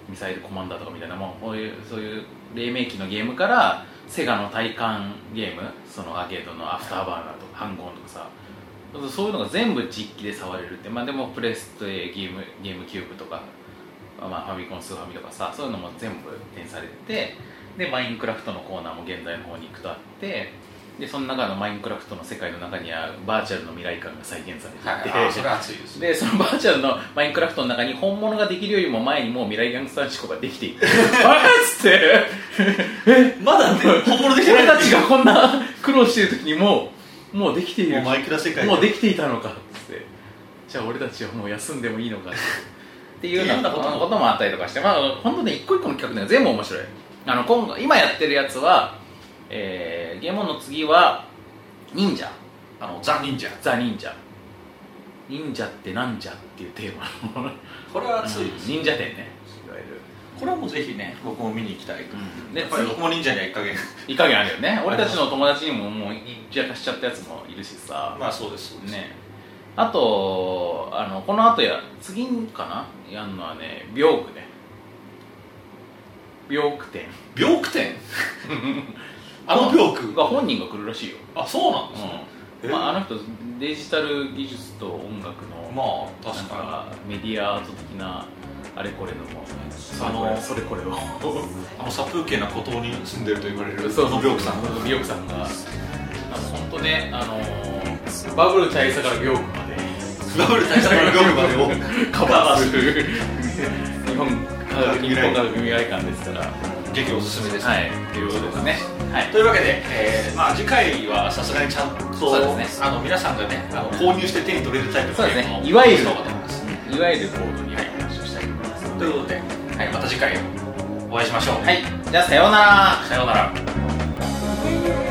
Speaker 2: ミサイルコマンダーとかみたいな、まあ、こういうそういう黎明期のゲームからセガの体感ゲームそのアーケードのアフターバーナーとかハンゴンとかさそういうのが全部実機で触れるって、まあ、でもプレステゲームゲームキューブとか、まあ、ファミコンスーファミとかさそういうのも全部展示されててでマインクラフトのコーナーも現代の方に行くとあってでその中のマインクラフトの世界の中にはバーチャルの未来感が再現されていて、
Speaker 3: はいあそれは熱いですね
Speaker 2: でそのバーチャルのマインクラフトの中に本物ができるよりも前にもう未来ギャングスター思考ができてい
Speaker 3: (laughs)
Speaker 2: てあれっつって
Speaker 3: まだね本物できてない
Speaker 2: 俺たちがこんな苦労してる時にもうもうできている
Speaker 5: もうマイクラ世界
Speaker 2: もうできていたのかっつってじゃあ俺たちはもう休んでもいいのかってっていうようなことこともあったりとかしてまあ本当ね一個一個の企画ね全部面白いあの今回今やってるやつは、えー、ゲームオンの次は忍者
Speaker 3: あのザ・忍者
Speaker 2: ザ・忍者忍者ってなんじゃっていうテーマの
Speaker 3: これは熱いです、
Speaker 2: 忍者店ねいわゆる、
Speaker 3: これはもうぜひね僕も見に行きたいと、
Speaker 2: で
Speaker 5: やっぱり僕も忍者には一かげ
Speaker 2: いい加減あるよね俺たちの友達にももう一やかしちゃったやつもいるしさ
Speaker 5: まあそうですそうです
Speaker 2: ねあとあのこの後や次かなやるのはね病区ね病区店
Speaker 3: 病区店 (laughs) あの病区
Speaker 2: が本人が来るらしいよ、
Speaker 3: あそうなんですね、
Speaker 2: うんまあ、あの人デジタル技術と音楽の、
Speaker 5: まあ
Speaker 2: なん
Speaker 5: 確か
Speaker 2: かメディアアート的なあれこれのも
Speaker 5: あの
Speaker 2: それこれを
Speaker 5: にあの殺風景な孤島に住んでると言われる
Speaker 2: (laughs) そう
Speaker 5: あの病気さん
Speaker 2: そう美容区さんが本当ねあのーバブル大佐から美容区まで
Speaker 5: ダブル大佐の病気までを
Speaker 2: カバーする日本科学日本科学未来館ですから
Speaker 5: 激おすすめです、
Speaker 2: はいということですねはい
Speaker 5: というわけで、えーまあ、次回はさすがにちゃんと
Speaker 2: そうですね
Speaker 5: あの皆さんがねあの購入して手に取れるタイプ
Speaker 2: そう
Speaker 5: の
Speaker 2: で
Speaker 5: ゲ
Speaker 2: す
Speaker 5: ーム
Speaker 2: ね
Speaker 5: を
Speaker 2: いわゆ
Speaker 5: そ
Speaker 2: る
Speaker 5: うだと思います
Speaker 2: いわゆるボードにお話をしたいと思います
Speaker 5: ということで、はい、また次回お会いしましょう、
Speaker 2: はいじゃあさようなら
Speaker 5: さようなら
Speaker 1: さよなら